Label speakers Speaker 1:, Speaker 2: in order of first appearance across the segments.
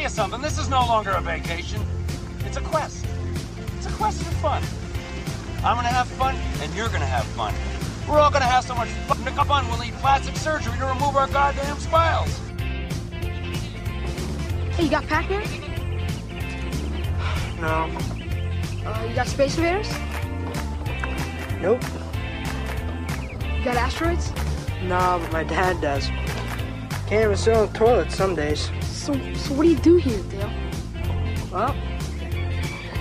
Speaker 1: you something. This is no longer a vacation. It's a quest. It's a quest for fun. I'm gonna have fun, and you're gonna have fun. We're all gonna have so much fucking fun. We'll need plastic surgery to remove our goddamn smiles.
Speaker 2: Hey, you got Pac-Man?
Speaker 1: No.
Speaker 2: Uh, you got Space Invaders?
Speaker 3: Nope.
Speaker 2: You got asteroids?
Speaker 3: Nah, but my dad does. Can't even sit on the toilet some days.
Speaker 2: So, so what do you do here, Dale?
Speaker 3: Well,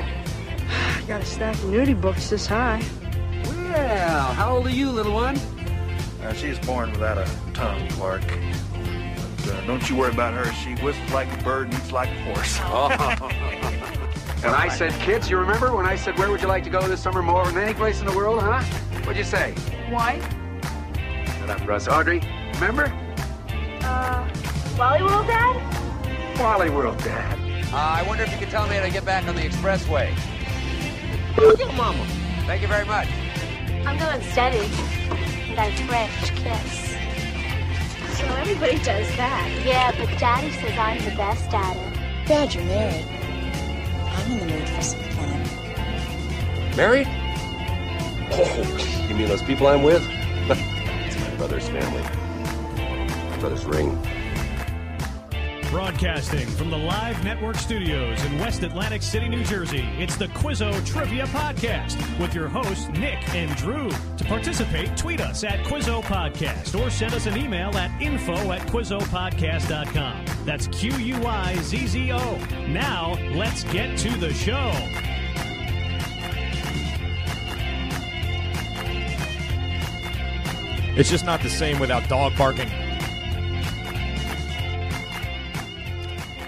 Speaker 3: I got a stack of nudie books this high.
Speaker 4: Well, how old are you, little one?
Speaker 5: Now, Uh, she's born without a tongue, Clark. But, uh, don't you worry about her. She whistles like a bird and eats like a horse.
Speaker 4: When I said kids, you remember when I said where would you like to go this summer more than any place in the world, huh? What'd you say?
Speaker 2: Why?
Speaker 4: Shut up, Russ. Audrey, remember?
Speaker 2: Uh, Wally World, Dad?
Speaker 4: Wally World Dad.
Speaker 6: Uh, I wonder if you can tell me how to get back on the expressway.
Speaker 4: Yo, mama.
Speaker 6: Thank you very much.
Speaker 7: I'm going steady. And I French kiss.
Speaker 2: So everybody does that.
Speaker 7: Yeah, but Daddy says I'm the best at it.
Speaker 8: Dad, you're married. I'm in the mood for some fun.
Speaker 9: Married? Oh, you mean those people I'm with? it's my brother's family. My brother's ring.
Speaker 10: Broadcasting from the Live Network studios in West Atlantic City, New Jersey, it's the Quizzo Trivia Podcast with your hosts, Nick and Drew. To participate, tweet us at Quizzo Podcast or send us an email at info at QuizzoPodcast.com. That's Q U I Z Z O. Now, let's get to the show.
Speaker 11: It's just not the same without dog barking.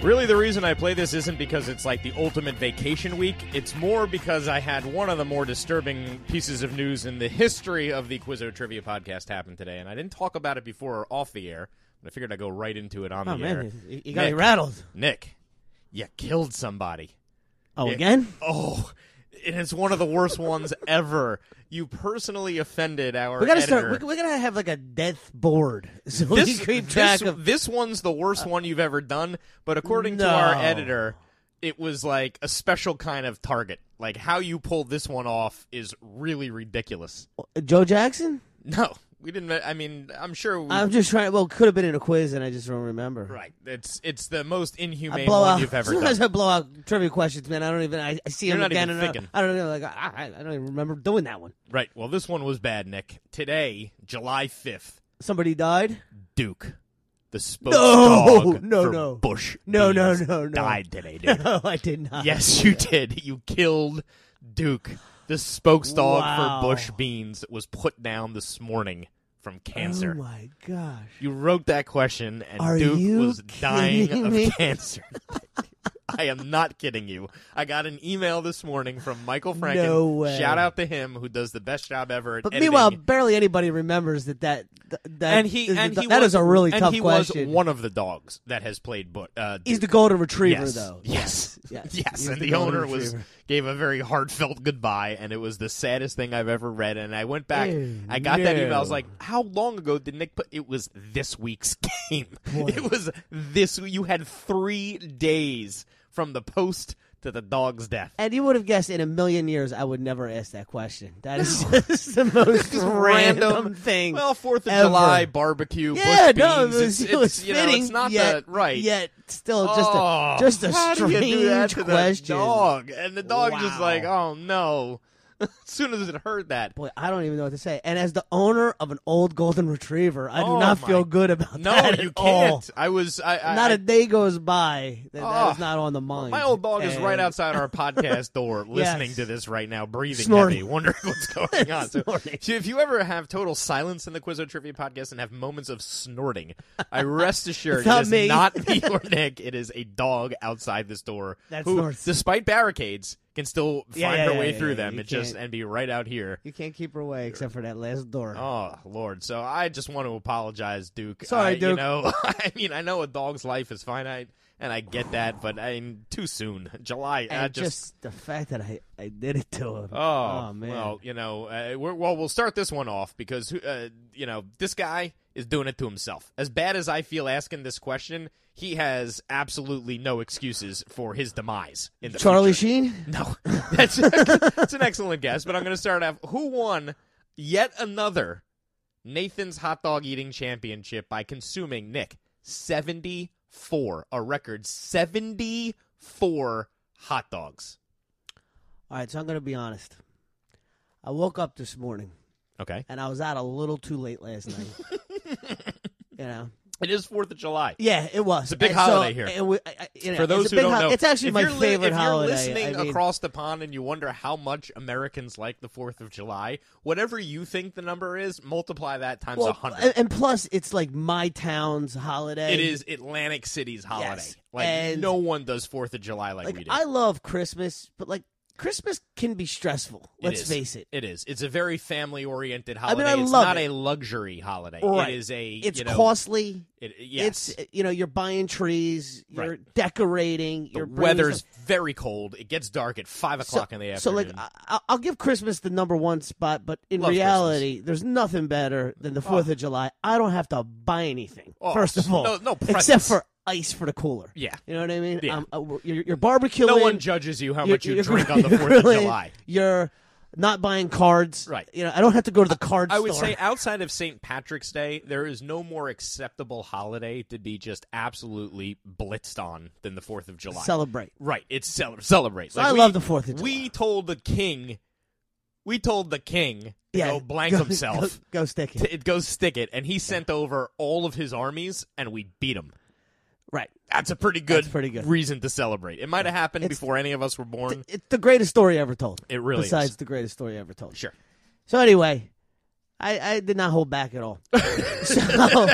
Speaker 11: Really, the reason I play this isn't because it's like the ultimate vacation week. It's more because I had one of the more disturbing pieces of news in the history of the Quizzo Trivia podcast happen today, and I didn't talk about it before or off the air, but I figured I'd go right into it on
Speaker 3: Oh
Speaker 11: the air.
Speaker 3: man, you, you got me
Speaker 11: Nick.
Speaker 3: rattled.
Speaker 11: Nick, you killed somebody.
Speaker 3: Oh,
Speaker 11: Yeah.
Speaker 3: again?
Speaker 11: Oh, and it's one of the worst ones ever. You personally offended our.
Speaker 3: We gotta
Speaker 11: editor.
Speaker 3: start. We, we gotta have like a death board so we
Speaker 11: this,
Speaker 3: can keep
Speaker 11: this-
Speaker 3: track of.
Speaker 11: this one's the worst one you've ever done, but according to
Speaker 3: No.
Speaker 11: our editor, it was like a special kind of target. Like how you pulled this one off is really ridiculous.
Speaker 3: Joe Jackson?
Speaker 11: No, we didn't. I mean, I'm sure. We,
Speaker 3: I'm just trying. Well, could have been in a quiz, and I just don't remember.
Speaker 11: right. It's it's the most
Speaker 3: I
Speaker 11: inhumane
Speaker 3: blow
Speaker 11: one
Speaker 3: out.
Speaker 11: you've ever
Speaker 3: sometimes
Speaker 11: done.
Speaker 3: I blow out trivia questions, man. I don't even. I, I see
Speaker 11: You're
Speaker 3: them
Speaker 11: not
Speaker 3: again,
Speaker 11: even
Speaker 3: and I-
Speaker 11: thinking.
Speaker 3: I don't know. Like I, I I don't even remember doing that one.
Speaker 11: Right. Well, this one was bad, Nick. Today, July 5th,
Speaker 3: Somebody died.
Speaker 11: Duke. The spokes
Speaker 3: No,
Speaker 11: dog
Speaker 3: no,
Speaker 11: for
Speaker 3: no.
Speaker 11: Bush.
Speaker 3: No, no,
Speaker 11: Beans
Speaker 3: no, no.
Speaker 11: Died today, dude.
Speaker 3: No, I did not.
Speaker 11: Yes, you did. You killed Duke, the spokes dog
Speaker 3: Wow.
Speaker 11: for Bush Beans that was put down this morning from cancer.
Speaker 3: Oh my gosh.
Speaker 11: you wrote that question, and
Speaker 3: Are
Speaker 11: Duke
Speaker 3: you
Speaker 11: was dying
Speaker 3: kidding
Speaker 11: of
Speaker 3: me?
Speaker 11: cancer. I am not kidding you. I got an email this morning from Michael Franken.
Speaker 3: No way.
Speaker 11: Shout out to him, who does the best job ever at
Speaker 3: But
Speaker 11: editing.
Speaker 3: meanwhile, barely anybody remembers that that th- that
Speaker 11: and he
Speaker 3: is
Speaker 11: and
Speaker 3: the-
Speaker 11: he
Speaker 3: that
Speaker 11: was,
Speaker 3: is a really
Speaker 11: and
Speaker 3: tough
Speaker 11: he
Speaker 3: question.
Speaker 11: was one of the dogs that has played. But uh,
Speaker 3: He's
Speaker 11: Duke.
Speaker 3: the golden retriever,
Speaker 11: yes.
Speaker 3: though.
Speaker 11: Yes.
Speaker 3: Yes.
Speaker 11: Yes.
Speaker 3: He's
Speaker 11: And
Speaker 3: the
Speaker 11: the,
Speaker 3: golden
Speaker 11: owner was
Speaker 3: retriever.
Speaker 11: gave a very heartfelt goodbye, and it was the saddest thing I've ever read. And I went back,
Speaker 3: Ew,
Speaker 11: I got that email. I was
Speaker 3: no.
Speaker 11: like, "How long ago did Nick put?" It was this week's game. It was this. You had three days from the post to the dog's death.
Speaker 3: And you would have guessed in a million years I would never ask that question. That is just the most random, thing.
Speaker 11: Well, Fourth of
Speaker 3: ever.
Speaker 11: July barbecue.
Speaker 3: yeah,
Speaker 11: bush
Speaker 3: no,
Speaker 11: beans,
Speaker 3: it was,
Speaker 11: it's,
Speaker 3: it was
Speaker 11: it's, you know,
Speaker 3: fitting.
Speaker 11: it's not
Speaker 3: yet,
Speaker 11: the right.
Speaker 3: Yet, still just a
Speaker 11: Oh,
Speaker 3: just a
Speaker 11: how do
Speaker 3: strange
Speaker 11: you do that to the
Speaker 3: question.
Speaker 11: dog, and the dog
Speaker 3: Wow.
Speaker 11: just like, oh no. as soon as it heard that,
Speaker 3: Boy, I don't even know what to say. And as the owner of an old golden retriever, I do
Speaker 11: Oh,
Speaker 3: not
Speaker 11: my-
Speaker 3: feel good about
Speaker 11: no,
Speaker 3: that.
Speaker 11: you
Speaker 3: at all.
Speaker 11: can't. I was, I, I
Speaker 3: not
Speaker 11: I-
Speaker 3: a day goes by that
Speaker 11: Oh.
Speaker 3: that is not on the mind.
Speaker 11: My old dog is right
Speaker 3: And-
Speaker 11: outside our podcast door, listening
Speaker 3: Yes.
Speaker 11: to this right now, breathing
Speaker 3: Snorting.
Speaker 11: heavy, wondering what's going on. So,
Speaker 3: Snorting.
Speaker 11: so if you ever have total silence in the Quiz or Trivia podcast and have moments of snorting, I rest assured
Speaker 3: It's not
Speaker 11: it is
Speaker 3: me.
Speaker 11: not me or Nick. It is a dog outside this door
Speaker 3: That
Speaker 11: who,
Speaker 3: snorts.
Speaker 11: despite barricades, can still find
Speaker 3: Yeah, yeah,
Speaker 11: her
Speaker 3: yeah,
Speaker 11: way
Speaker 3: yeah,
Speaker 11: through
Speaker 3: yeah.
Speaker 11: them
Speaker 3: You
Speaker 11: and just
Speaker 3: can't-
Speaker 11: and be right out here.
Speaker 3: You can't keep her away except for that last door.
Speaker 11: Oh Lord! So I just want to apologize, Duke.
Speaker 3: Sorry,
Speaker 11: I- You
Speaker 3: Duke.
Speaker 11: know, I mean, I know a dog's life is finite, and I get that, but I'm too soon. July. I
Speaker 3: And just, the fact that I, I did it to him.
Speaker 11: Oh,
Speaker 3: man.
Speaker 11: well, you know, uh, we're, well, we'll start this one off because uh, you know this guy is doing it to himself. As bad as I feel asking this question, he has absolutely no excuses for his demise. In the
Speaker 3: Charlie
Speaker 11: future.
Speaker 3: Sheen?
Speaker 11: No, that's that's an excellent guess. But I'm going to start off. Who won yet another Nathan's hot dog eating championship by consuming Nick 74, a record 74 hot dogs.
Speaker 3: All right, so I'm going to be honest. I woke up this morning.
Speaker 11: Okay.
Speaker 3: And I was out a little too late last night. you know?
Speaker 11: It is Fourth of July.
Speaker 3: Yeah, it was.
Speaker 11: It's a big
Speaker 3: And so
Speaker 11: holiday here.
Speaker 3: it wa- I- I- you know,
Speaker 11: For those
Speaker 3: it's a
Speaker 11: who
Speaker 3: big
Speaker 11: don't
Speaker 3: hol-
Speaker 11: know,
Speaker 3: it's actually
Speaker 11: if
Speaker 3: my
Speaker 11: you're li-
Speaker 3: favorite
Speaker 11: if you're
Speaker 3: holiday.
Speaker 11: listening
Speaker 3: I mean-
Speaker 11: across the pond and you wonder how much Americans like the Fourth of July, whatever you think the number is, multiply that times a
Speaker 3: well,
Speaker 11: hundred.
Speaker 3: and, and plus, it's like my town's holiday.
Speaker 11: It is Atlantic City's holiday.
Speaker 3: Yes.
Speaker 11: Like
Speaker 3: And-
Speaker 11: no one does Fourth of July like,
Speaker 3: Like,
Speaker 11: we do.
Speaker 3: I love Christmas, but like Christmas can be stressful. Let's
Speaker 11: is.
Speaker 3: face it.
Speaker 11: It is. It's a very family oriented
Speaker 3: I mean,
Speaker 11: holiday.
Speaker 3: I
Speaker 11: it's
Speaker 3: love
Speaker 11: not
Speaker 3: it.
Speaker 11: a luxury holiday.
Speaker 3: Right.
Speaker 11: It is a
Speaker 3: It's
Speaker 11: you know,
Speaker 3: costly.
Speaker 11: It, yes.
Speaker 3: It's you know you're buying trees, you're
Speaker 11: Right.
Speaker 3: decorating,
Speaker 11: the
Speaker 3: you're bringing
Speaker 11: weather's
Speaker 3: stuff-
Speaker 11: very cold. It gets dark at five o'clock in the afternoon.
Speaker 3: So like I, I- I'll give Christmas the number one spot, but in
Speaker 11: Love
Speaker 3: reality, there's nothing better than the Fourth of July. I don't have to buy anything.
Speaker 11: Oh,
Speaker 3: first of all,
Speaker 11: no- no
Speaker 3: except
Speaker 11: presents.
Speaker 3: for ice for the cooler.
Speaker 11: Yeah.
Speaker 3: you know what I mean.
Speaker 11: Yeah.
Speaker 3: Um, uh, we're- you're, you're barbecuing.
Speaker 11: no one judges you how
Speaker 3: you're-
Speaker 11: much you
Speaker 3: you're
Speaker 11: drink on the
Speaker 3: grilling-
Speaker 11: Fourth of
Speaker 3: grilling,
Speaker 11: July.
Speaker 3: You're not buying cards.
Speaker 11: Right.
Speaker 3: You know, I don't have to go to the card
Speaker 11: I would
Speaker 3: store.
Speaker 11: say outside of St. Patrick's Day, there is no more acceptable holiday to be just absolutely blitzed on than the Fourth of July.
Speaker 3: Celebrate.
Speaker 11: right? It's cele- celebrate.
Speaker 3: So I love the 4th of
Speaker 11: We told the king, we told the king to
Speaker 3: Yeah,
Speaker 11: go blank
Speaker 3: go-
Speaker 11: himself.
Speaker 3: go- go stick it.
Speaker 11: To- it goes stick it, and he sent over all of his armies, and we beat him.
Speaker 3: Right.
Speaker 11: That's a pretty good,
Speaker 3: That's pretty good.
Speaker 11: reason to celebrate. It might have happened before any of us were born.
Speaker 3: It's the greatest story ever told.
Speaker 11: It really is.
Speaker 3: Besides the greatest story ever told.
Speaker 11: Sure.
Speaker 3: So anyway, I, I did not hold back at all. so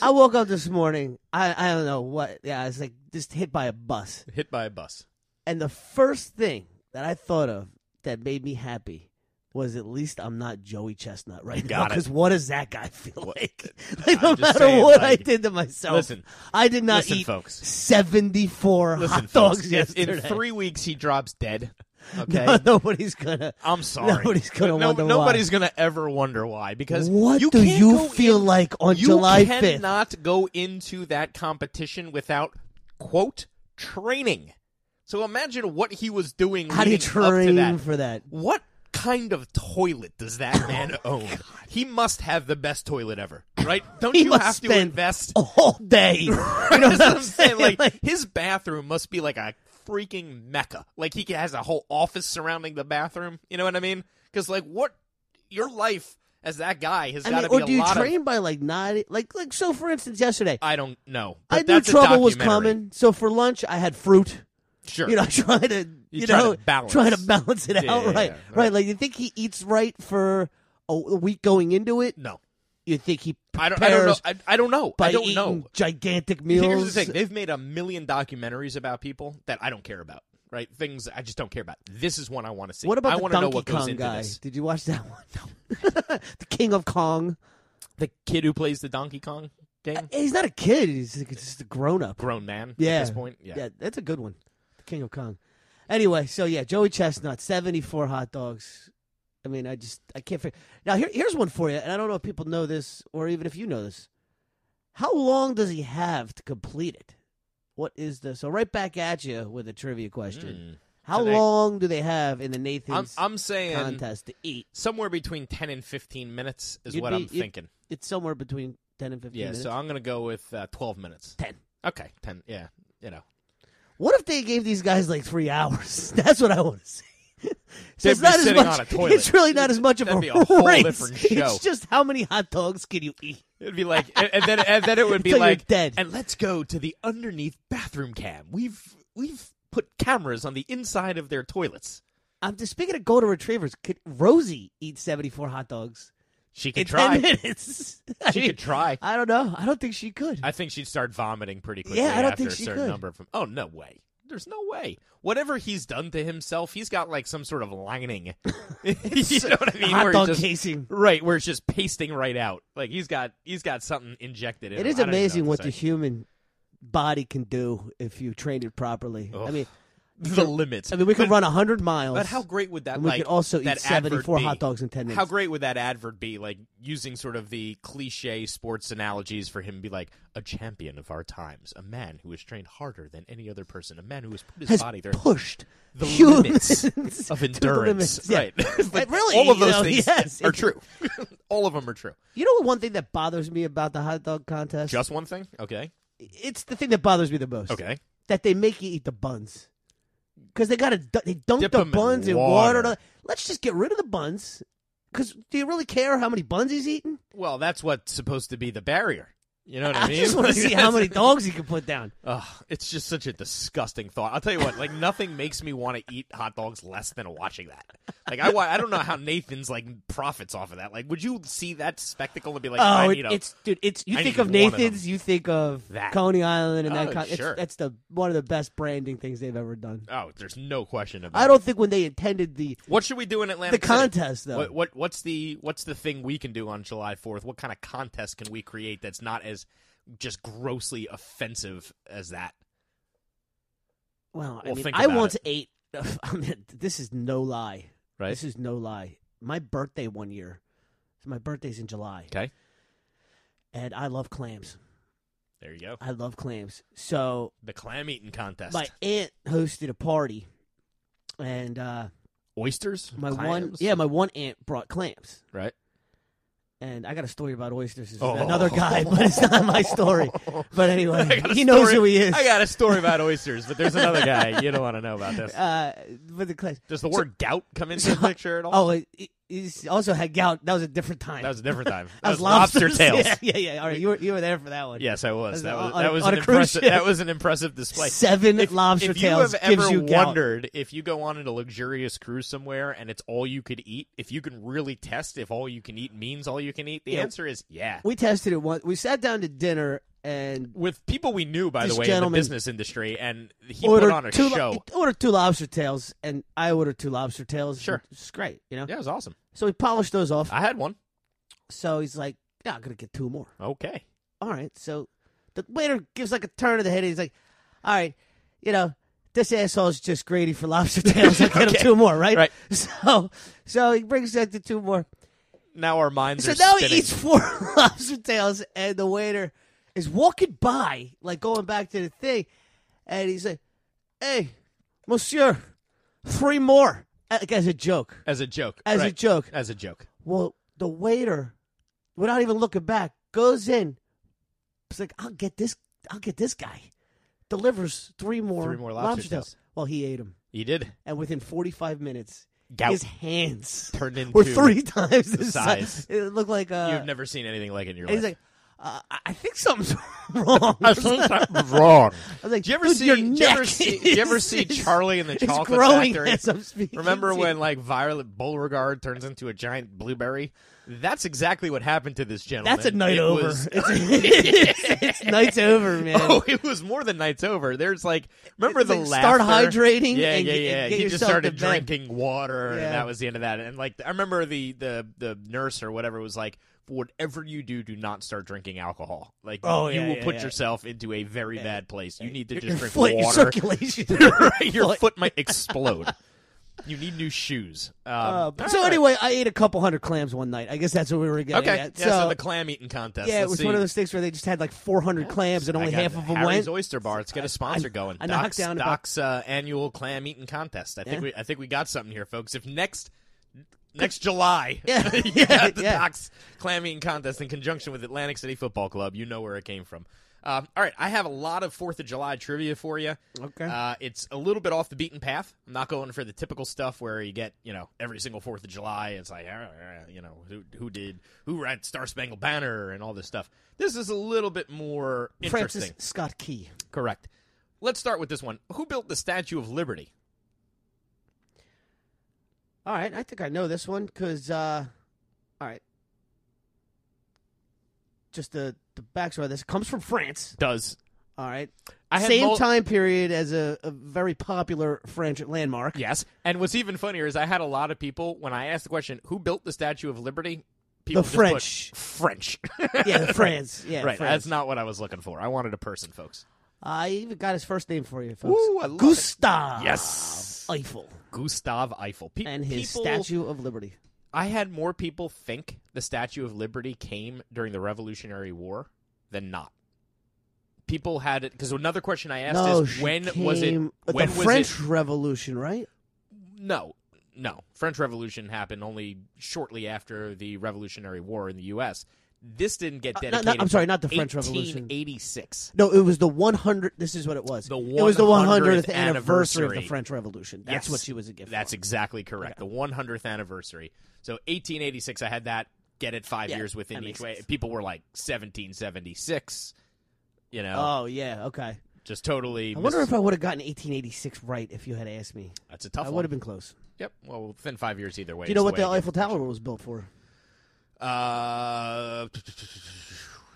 Speaker 3: I woke up this morning. I, I don't know what. Yeah, I was like just hit by a bus.
Speaker 11: Hit by a bus.
Speaker 3: And the first thing that I thought of that made me happy was at least I'm not Joey Chestnut right now.
Speaker 11: Got it.
Speaker 3: Because what does that guy feel like?
Speaker 11: I'm
Speaker 3: like no
Speaker 11: just
Speaker 3: matter
Speaker 11: saying,
Speaker 3: what I
Speaker 11: like,
Speaker 3: did to myself,
Speaker 11: listen,
Speaker 3: I did not
Speaker 11: listen,
Speaker 3: eat
Speaker 11: folks.
Speaker 3: 74
Speaker 11: Listen,
Speaker 3: hot dogs
Speaker 11: folks, if
Speaker 3: yesterday.
Speaker 11: in three weeks he drops dead. Okay.
Speaker 3: No, nobody's gonna.
Speaker 11: I'm sorry.
Speaker 3: Nobody's gonna
Speaker 11: No-
Speaker 3: wonder why.
Speaker 11: Nobody's gonna ever wonder why because
Speaker 3: What
Speaker 11: you
Speaker 3: do
Speaker 11: can't
Speaker 3: you
Speaker 11: go
Speaker 3: feel
Speaker 11: in-
Speaker 3: like on
Speaker 11: you
Speaker 3: July 5th?
Speaker 11: cannot go into that competition without quote training. So imagine what he was doing.
Speaker 3: How do you
Speaker 11: leading up to
Speaker 3: train
Speaker 11: that.
Speaker 3: for that? Oh
Speaker 11: What kind of toilet does that man own? He must have the best toilet ever, right? Don't
Speaker 3: He
Speaker 11: you
Speaker 3: must
Speaker 11: have to
Speaker 3: spend
Speaker 11: invest
Speaker 3: all day. You know
Speaker 11: That's
Speaker 3: what I'm saying?
Speaker 11: Like,
Speaker 3: Like-
Speaker 11: his bathroom must be like a freaking mecca. Like he has a whole office surrounding the bathroom. You know what I mean? Because like what your life as that guy has
Speaker 3: I
Speaker 11: got
Speaker 3: mean,
Speaker 11: to
Speaker 3: or
Speaker 11: be
Speaker 3: do
Speaker 11: a
Speaker 3: you
Speaker 11: lot
Speaker 3: train
Speaker 11: of.
Speaker 3: by like not like like so? For instance, yesterday
Speaker 11: I don't know.
Speaker 3: I
Speaker 11: but
Speaker 3: knew
Speaker 11: that's a
Speaker 3: trouble was
Speaker 11: documentary.
Speaker 3: coming, so for lunch I had fruit.
Speaker 11: Sure.
Speaker 3: you know, trying to you,
Speaker 11: You try
Speaker 3: know
Speaker 11: to balance.
Speaker 3: trying to balance it
Speaker 11: Yeah,
Speaker 3: out,
Speaker 11: yeah,
Speaker 3: right?
Speaker 11: yeah.
Speaker 3: Right, like you think he eats right for a a week going into it?
Speaker 11: No.
Speaker 3: you think he
Speaker 11: I don't, I don't know.
Speaker 3: prepares
Speaker 11: I, I don't know.
Speaker 3: by
Speaker 11: I don't
Speaker 3: eating
Speaker 11: know.
Speaker 3: gigantic
Speaker 11: Here's
Speaker 3: meals.
Speaker 11: the thing: they've made a million documentaries about people that I don't care about. Right? Things I just don't care about. This is one I want to see.
Speaker 3: What about
Speaker 11: I
Speaker 3: the
Speaker 11: want to
Speaker 3: Donkey
Speaker 11: know what
Speaker 3: Kong
Speaker 11: goes into
Speaker 3: guy?
Speaker 11: this.
Speaker 3: Did you watch that one? the King of Kong.
Speaker 11: The kid who plays the Donkey Kong game,
Speaker 3: He's not a kid. He's like just a grown up.
Speaker 11: grown man.
Speaker 3: Yeah.
Speaker 11: At this point, yeah.
Speaker 3: that's a good one. The King of Kong. Anyway, so yeah, Joey Chestnut, seventy-four hot dogs. I mean, I just I can't figure. Now here, here's one for you, and I don't know if people know this or even if you know this. How long does he have to complete it? What is the so right back at you with a trivia question? How
Speaker 11: So they-
Speaker 3: long do they have in the
Speaker 11: I'm,
Speaker 3: Nathan's
Speaker 11: Hmm. I'm saying
Speaker 3: contest to eat?
Speaker 11: somewhere between 10 and 15 minutes is
Speaker 3: You'd
Speaker 11: what
Speaker 3: be-
Speaker 11: I'm
Speaker 3: you'd-
Speaker 11: thinking.
Speaker 3: It's somewhere between ten and fifteen.
Speaker 11: Yeah,
Speaker 3: minutes.
Speaker 11: so I'm going to go with uh, 12 minutes.
Speaker 3: 10.
Speaker 11: Okay, 10. Yeah, you know.
Speaker 3: What if they gave these guys like three hours? That's what I want to see. So
Speaker 11: They'd
Speaker 3: it's
Speaker 11: be
Speaker 3: not as
Speaker 11: sitting
Speaker 3: much-
Speaker 11: on a toilet.
Speaker 3: It's really not as much of
Speaker 11: That'd
Speaker 3: a,
Speaker 11: be a whole
Speaker 3: race.
Speaker 11: different show.
Speaker 3: It's just how many hot dogs can you eat?
Speaker 11: It'd be like and, and then and then it would be
Speaker 3: Until you're
Speaker 11: like
Speaker 3: dead.
Speaker 11: and let's go to the underneath bathroom cam. We've we've put cameras on the inside of their toilets.
Speaker 3: I'm just speaking of golden retrievers. Could Rosie eat 74 hot dogs
Speaker 11: She could
Speaker 3: in
Speaker 11: try.
Speaker 3: 10 minutes? I
Speaker 11: She
Speaker 3: mean,
Speaker 11: could try.
Speaker 3: I don't know. I don't think she could.
Speaker 11: I think she'd start vomiting pretty quickly
Speaker 3: Yeah, I don't
Speaker 11: after
Speaker 3: think
Speaker 11: a
Speaker 3: she
Speaker 11: certain
Speaker 3: could.
Speaker 11: number of them. Oh, no way. There's no way. Whatever he's done to himself, he's got like some sort of lining. you know what I mean?
Speaker 3: hot
Speaker 11: Where he
Speaker 3: dog
Speaker 11: just-
Speaker 3: casing.
Speaker 11: Right, where it's just pasting right out. Like he's got he's got something injected in.
Speaker 3: It
Speaker 11: him.
Speaker 3: is
Speaker 11: I don't even know
Speaker 3: amazing what
Speaker 11: to
Speaker 3: the
Speaker 11: say.
Speaker 3: human body can do if you trained it properly. I mean,
Speaker 11: the limits.
Speaker 3: I mean, we could
Speaker 11: But-
Speaker 3: run hundred miles.
Speaker 11: But how great would that?
Speaker 3: And we
Speaker 11: like,
Speaker 3: could also
Speaker 11: that
Speaker 3: eat seventy-four
Speaker 11: advert be?
Speaker 3: hot dogs in ten minutes.
Speaker 11: How great would that advert be? Like using sort of the cliche sports analogies for him, to be like a champion of our times, a man who has trained harder than any other person, a man who has put his
Speaker 3: Has
Speaker 11: body there,
Speaker 3: pushed
Speaker 11: the
Speaker 3: humans
Speaker 11: limits of
Speaker 3: to the
Speaker 11: endurance.
Speaker 3: limits, yeah.
Speaker 11: Right? It's like,
Speaker 3: It really,
Speaker 11: all of
Speaker 3: you
Speaker 11: those
Speaker 3: know,
Speaker 11: things
Speaker 3: yes,
Speaker 11: are
Speaker 3: it-
Speaker 11: true. all of them are true.
Speaker 3: You know what? One thing that bothers me about the hot dog contest.
Speaker 11: Just one thing. Okay.
Speaker 3: It's the thing that bothers me the most.
Speaker 11: Okay.
Speaker 3: That they make you eat the buns. Because they got to they dunk
Speaker 11: Dip
Speaker 3: the
Speaker 11: 'em in
Speaker 3: buns in water.
Speaker 11: water.
Speaker 3: Let's just get rid of the buns. Because do you really care how many buns he's eating?
Speaker 11: Well, that's what's supposed to be the barrier. You know what I,
Speaker 3: I
Speaker 11: mean?
Speaker 3: just wanna see how many dogs you can put down.
Speaker 11: Ugh, it's just such a disgusting thought. I'll tell you what, like nothing makes me want to eat hot dogs less than watching that. Like I, wa- I don't know how Nathan's like profits off of that. Like, would you see that spectacle and be like, I
Speaker 3: oh, it-
Speaker 11: need a,
Speaker 3: it's dude. It's you
Speaker 11: I
Speaker 3: think
Speaker 11: need
Speaker 3: of
Speaker 11: one them.
Speaker 3: Nathan's, you think of
Speaker 11: That.
Speaker 3: Coney Island, and
Speaker 11: Oh,
Speaker 3: that. Con-
Speaker 11: sure.
Speaker 3: it's, that's the one of the best branding things they've ever done.
Speaker 11: Oh, there's no question about.
Speaker 3: I don't think when they intended the
Speaker 11: It. What should we do in Atlanta?
Speaker 3: the contest though.
Speaker 11: What, what what's the what's the thing we can do on July 4th? What kind of contest can we create that's not as just grossly offensive as that?
Speaker 3: Well, I
Speaker 11: Well,
Speaker 3: mean,
Speaker 11: think
Speaker 3: I
Speaker 11: about
Speaker 3: once
Speaker 11: it.
Speaker 3: ate. I mean, this is no lie.
Speaker 11: Right.
Speaker 3: This is no lie. My birthday one year. So my birthday's in July.
Speaker 11: Okay.
Speaker 3: And I love clams.
Speaker 11: There you go.
Speaker 3: I love clams. So
Speaker 11: The clam eating contest.
Speaker 3: my aunt hosted a party, and uh,
Speaker 11: Oysters?
Speaker 3: my one
Speaker 11: Clams?
Speaker 3: yeah my one aunt brought clams.
Speaker 11: Right.
Speaker 3: And I got a story about oysters. It's
Speaker 11: Oh.
Speaker 3: Another guy, but it's not my story. But
Speaker 11: I
Speaker 3: anyway,
Speaker 11: got a
Speaker 3: he knows
Speaker 11: story-
Speaker 3: who he is.
Speaker 11: I got a story about oysters, but there's another guy you don't want to know about this.
Speaker 3: Uh, but the clams.
Speaker 11: Does the
Speaker 3: so-
Speaker 11: word gout come into the picture at all?
Speaker 3: Oh, it, it, he's also had gout. That was a different time.
Speaker 11: That was a different time. That
Speaker 3: That
Speaker 11: was lobster
Speaker 3: lobsters.
Speaker 11: tails.
Speaker 3: Yeah, yeah, yeah. All right, you were, you were there for that one.
Speaker 11: Yes, I was.
Speaker 3: was
Speaker 11: That was,
Speaker 3: on-
Speaker 11: that was
Speaker 3: on
Speaker 11: an
Speaker 3: a cruise
Speaker 11: impressive.
Speaker 3: ship.
Speaker 11: That was an impressive display.
Speaker 3: Seven
Speaker 11: if,
Speaker 3: lobster
Speaker 11: if
Speaker 3: tails
Speaker 11: you have
Speaker 3: gives
Speaker 11: ever
Speaker 3: you gout.
Speaker 11: wondered if you go on a luxurious cruise somewhere and it's all you could eat, if you can really test if all you can eat means all you can eat, the
Speaker 3: Yeah.
Speaker 11: answer is yeah.
Speaker 3: We tested it once. We sat down to dinner and
Speaker 11: With people we knew, by
Speaker 3: This
Speaker 11: the way, in the
Speaker 3: gentleman
Speaker 11: business industry, and he
Speaker 3: ordered
Speaker 11: put on a
Speaker 3: two lo-
Speaker 11: show.
Speaker 3: he ordered two lobster tails, and I ordered two lobster tails.
Speaker 11: Sure.
Speaker 3: it's great, you know.
Speaker 11: yeah, it was awesome.
Speaker 3: So we polished those off.
Speaker 11: I had one.
Speaker 3: so he's like, "Yeah, I'm gonna get two more."
Speaker 11: Okay.
Speaker 3: all right. So the waiter gives like a turn of the head. And he's like, all right, you know, this asshole's just greedy for lobster tails. I'll get him
Speaker 11: Okay.
Speaker 3: two more, right?
Speaker 11: Right.
Speaker 3: So, so he brings out the two more.
Speaker 11: Now our minds
Speaker 3: So
Speaker 11: are
Speaker 3: now
Speaker 11: spinning.
Speaker 3: he eats four lobster tails, and the waiter is walking by, like going back to the thing, and he's like, hey, monsieur, three more. Like as a joke.
Speaker 11: as a joke.
Speaker 3: As a
Speaker 11: right.
Speaker 3: joke.
Speaker 11: As a joke.
Speaker 3: Well, the waiter, without even looking back, goes in. It's like I'll get this. I'll get this guy. Delivers three more,
Speaker 11: Three more lobster tails.
Speaker 3: Well, he ate them,
Speaker 11: He did.
Speaker 3: and within forty-five minutes,
Speaker 11: Gout.
Speaker 3: his hands
Speaker 11: Turned into
Speaker 3: were three times
Speaker 11: the
Speaker 3: the size.
Speaker 11: size.
Speaker 3: It looked like uh,
Speaker 11: You've never seen anything like it in your
Speaker 3: and he's
Speaker 11: life.
Speaker 3: like, uh, I- I think something's wrong. I
Speaker 11: wrong.
Speaker 3: was like,
Speaker 11: Do you ever
Speaker 3: "Dude,
Speaker 11: see?
Speaker 3: your
Speaker 11: do
Speaker 3: neck
Speaker 11: you ever see? Do you ever
Speaker 3: is-
Speaker 11: see
Speaker 3: is-
Speaker 11: Charlie in the
Speaker 3: is
Speaker 11: Chocolate
Speaker 3: growing
Speaker 11: Factory?
Speaker 3: as I'm speaking
Speaker 11: Remember
Speaker 3: to you.
Speaker 11: when like Violet Beauregard turns into a giant blueberry? That's exactly what happened to this gentleman.
Speaker 3: That's a night
Speaker 11: It
Speaker 3: over.
Speaker 11: was-
Speaker 3: It's, it's, it's night's over, man.
Speaker 11: Oh, it was more than nights over. There's like, remember
Speaker 3: It's
Speaker 11: the
Speaker 3: like,
Speaker 11: laughter?
Speaker 3: start hydrating
Speaker 11: Yeah,
Speaker 3: and
Speaker 11: yeah,
Speaker 3: get-
Speaker 11: yeah.
Speaker 3: and get
Speaker 11: he just
Speaker 3: yourself
Speaker 11: started
Speaker 3: to bed.
Speaker 11: drinking water,
Speaker 3: Yeah.
Speaker 11: and that was the end of that. And like, I remember the the the nurse or whatever was like, whatever you do, do not start drinking alcohol. Like,
Speaker 3: Oh,
Speaker 11: you
Speaker 3: yeah,
Speaker 11: will
Speaker 3: yeah,
Speaker 11: put
Speaker 3: yeah.
Speaker 11: yourself into a very bad place. You need to just
Speaker 3: your
Speaker 11: drink
Speaker 3: foot, your
Speaker 11: water.
Speaker 3: circulation,
Speaker 11: Your foot might explode. you need new shoes. Um,
Speaker 3: Uh, but- so
Speaker 11: all right.
Speaker 3: anyway, I ate a couple hundred clams one night. I guess that's what we were getting
Speaker 11: Okay,
Speaker 3: at.
Speaker 11: yeah, so, the clam eating contest.
Speaker 3: yeah, it
Speaker 11: Let's
Speaker 3: was
Speaker 11: see.
Speaker 3: one of those things where they just had like 400 clams and
Speaker 11: I
Speaker 3: only
Speaker 11: got
Speaker 3: half of them went.
Speaker 11: Harry's Oyster Bar. Let's get a sponsor
Speaker 3: I-
Speaker 11: going.
Speaker 3: I knocked
Speaker 11: Doc's,
Speaker 3: down about-
Speaker 11: Doc's uh, annual clam eating contest. I think
Speaker 3: Yeah.
Speaker 11: we I think we got something here, folks. If next next July,
Speaker 3: Yeah,
Speaker 11: you
Speaker 3: yeah,
Speaker 11: got the
Speaker 3: yeah.
Speaker 11: Doc's clam eating contest in conjunction with Atlantic City Football Club, you know where it came from. Um, all right, I have a lot of Fourth of July trivia for you.
Speaker 3: Okay.
Speaker 11: uh, it's a little bit off the beaten path. I'm not going for the typical stuff where you get you know every single Fourth of July. It's like "Ah, ah, ah," you know who who did who read Star Spangled Banner and all this stuff. This is a little bit more interesting.
Speaker 3: Francis Scott Key.
Speaker 11: Correct. Let's start with this one. Who built the Statue of Liberty?
Speaker 3: All right, I think I know this one because, uh, all right, just the the backstory of this it comes from France.
Speaker 11: Does
Speaker 3: All right,
Speaker 11: I had
Speaker 3: same
Speaker 11: mul-
Speaker 3: time period as a, a very popular French landmark.
Speaker 11: Yes. And what's even funnier is I had a lot of people when I asked the question, "Who built the Statue of Liberty?" People just put
Speaker 3: French.
Speaker 11: French.
Speaker 3: Yeah, the France. Yeah,
Speaker 11: right.
Speaker 3: France.
Speaker 11: That's not what I was looking for. I wanted a person, folks.
Speaker 3: I even got his first name for you, folks.
Speaker 11: Ooh, I love it.
Speaker 3: Gustav.
Speaker 11: Yes.
Speaker 3: Eiffel.
Speaker 11: Gustav Eiffel. Pe-
Speaker 3: And his
Speaker 11: people-
Speaker 3: Statue of Liberty.
Speaker 11: I had more people think the Statue of Liberty came during the Revolutionary War than not. People had it because another question I asked
Speaker 3: no,
Speaker 11: is
Speaker 3: she
Speaker 11: when was it?
Speaker 3: came-
Speaker 11: When
Speaker 3: the
Speaker 11: was
Speaker 3: French
Speaker 11: it?
Speaker 3: Revolution, right?
Speaker 11: No, no. French Revolution happened only shortly after the Revolutionary War in the U.S. This didn't get
Speaker 3: no, no, I'm
Speaker 11: dedicated.
Speaker 3: sorry, Uh, not the French Revolution.
Speaker 11: 1886.
Speaker 3: No, it was the 100. This is what it was.
Speaker 11: The
Speaker 3: it was the
Speaker 11: 100th
Speaker 3: anniversary of the
Speaker 11: anniversary.
Speaker 3: French Revolution. That's
Speaker 11: Yes.
Speaker 3: what she was a gift.
Speaker 11: That's exactly correct. The 100th anniversary. So 1886, I had that. Get it five
Speaker 3: Yeah,
Speaker 11: years within
Speaker 3: that
Speaker 11: each
Speaker 3: makes
Speaker 11: way.
Speaker 3: sense.
Speaker 11: People were like 1776. You know,
Speaker 3: Oh yeah, okay.
Speaker 11: just totally.
Speaker 3: I wonder
Speaker 11: mis-
Speaker 3: if I would have gotten 1886 right if you had asked me.
Speaker 11: that's a tough.
Speaker 3: I
Speaker 11: one.
Speaker 3: would have been close.
Speaker 11: Yep. Well, within five years either way.
Speaker 3: Do you know
Speaker 11: is
Speaker 3: what
Speaker 11: the,
Speaker 3: the
Speaker 11: way it
Speaker 3: Eiffel Tower was built for?
Speaker 11: Uh,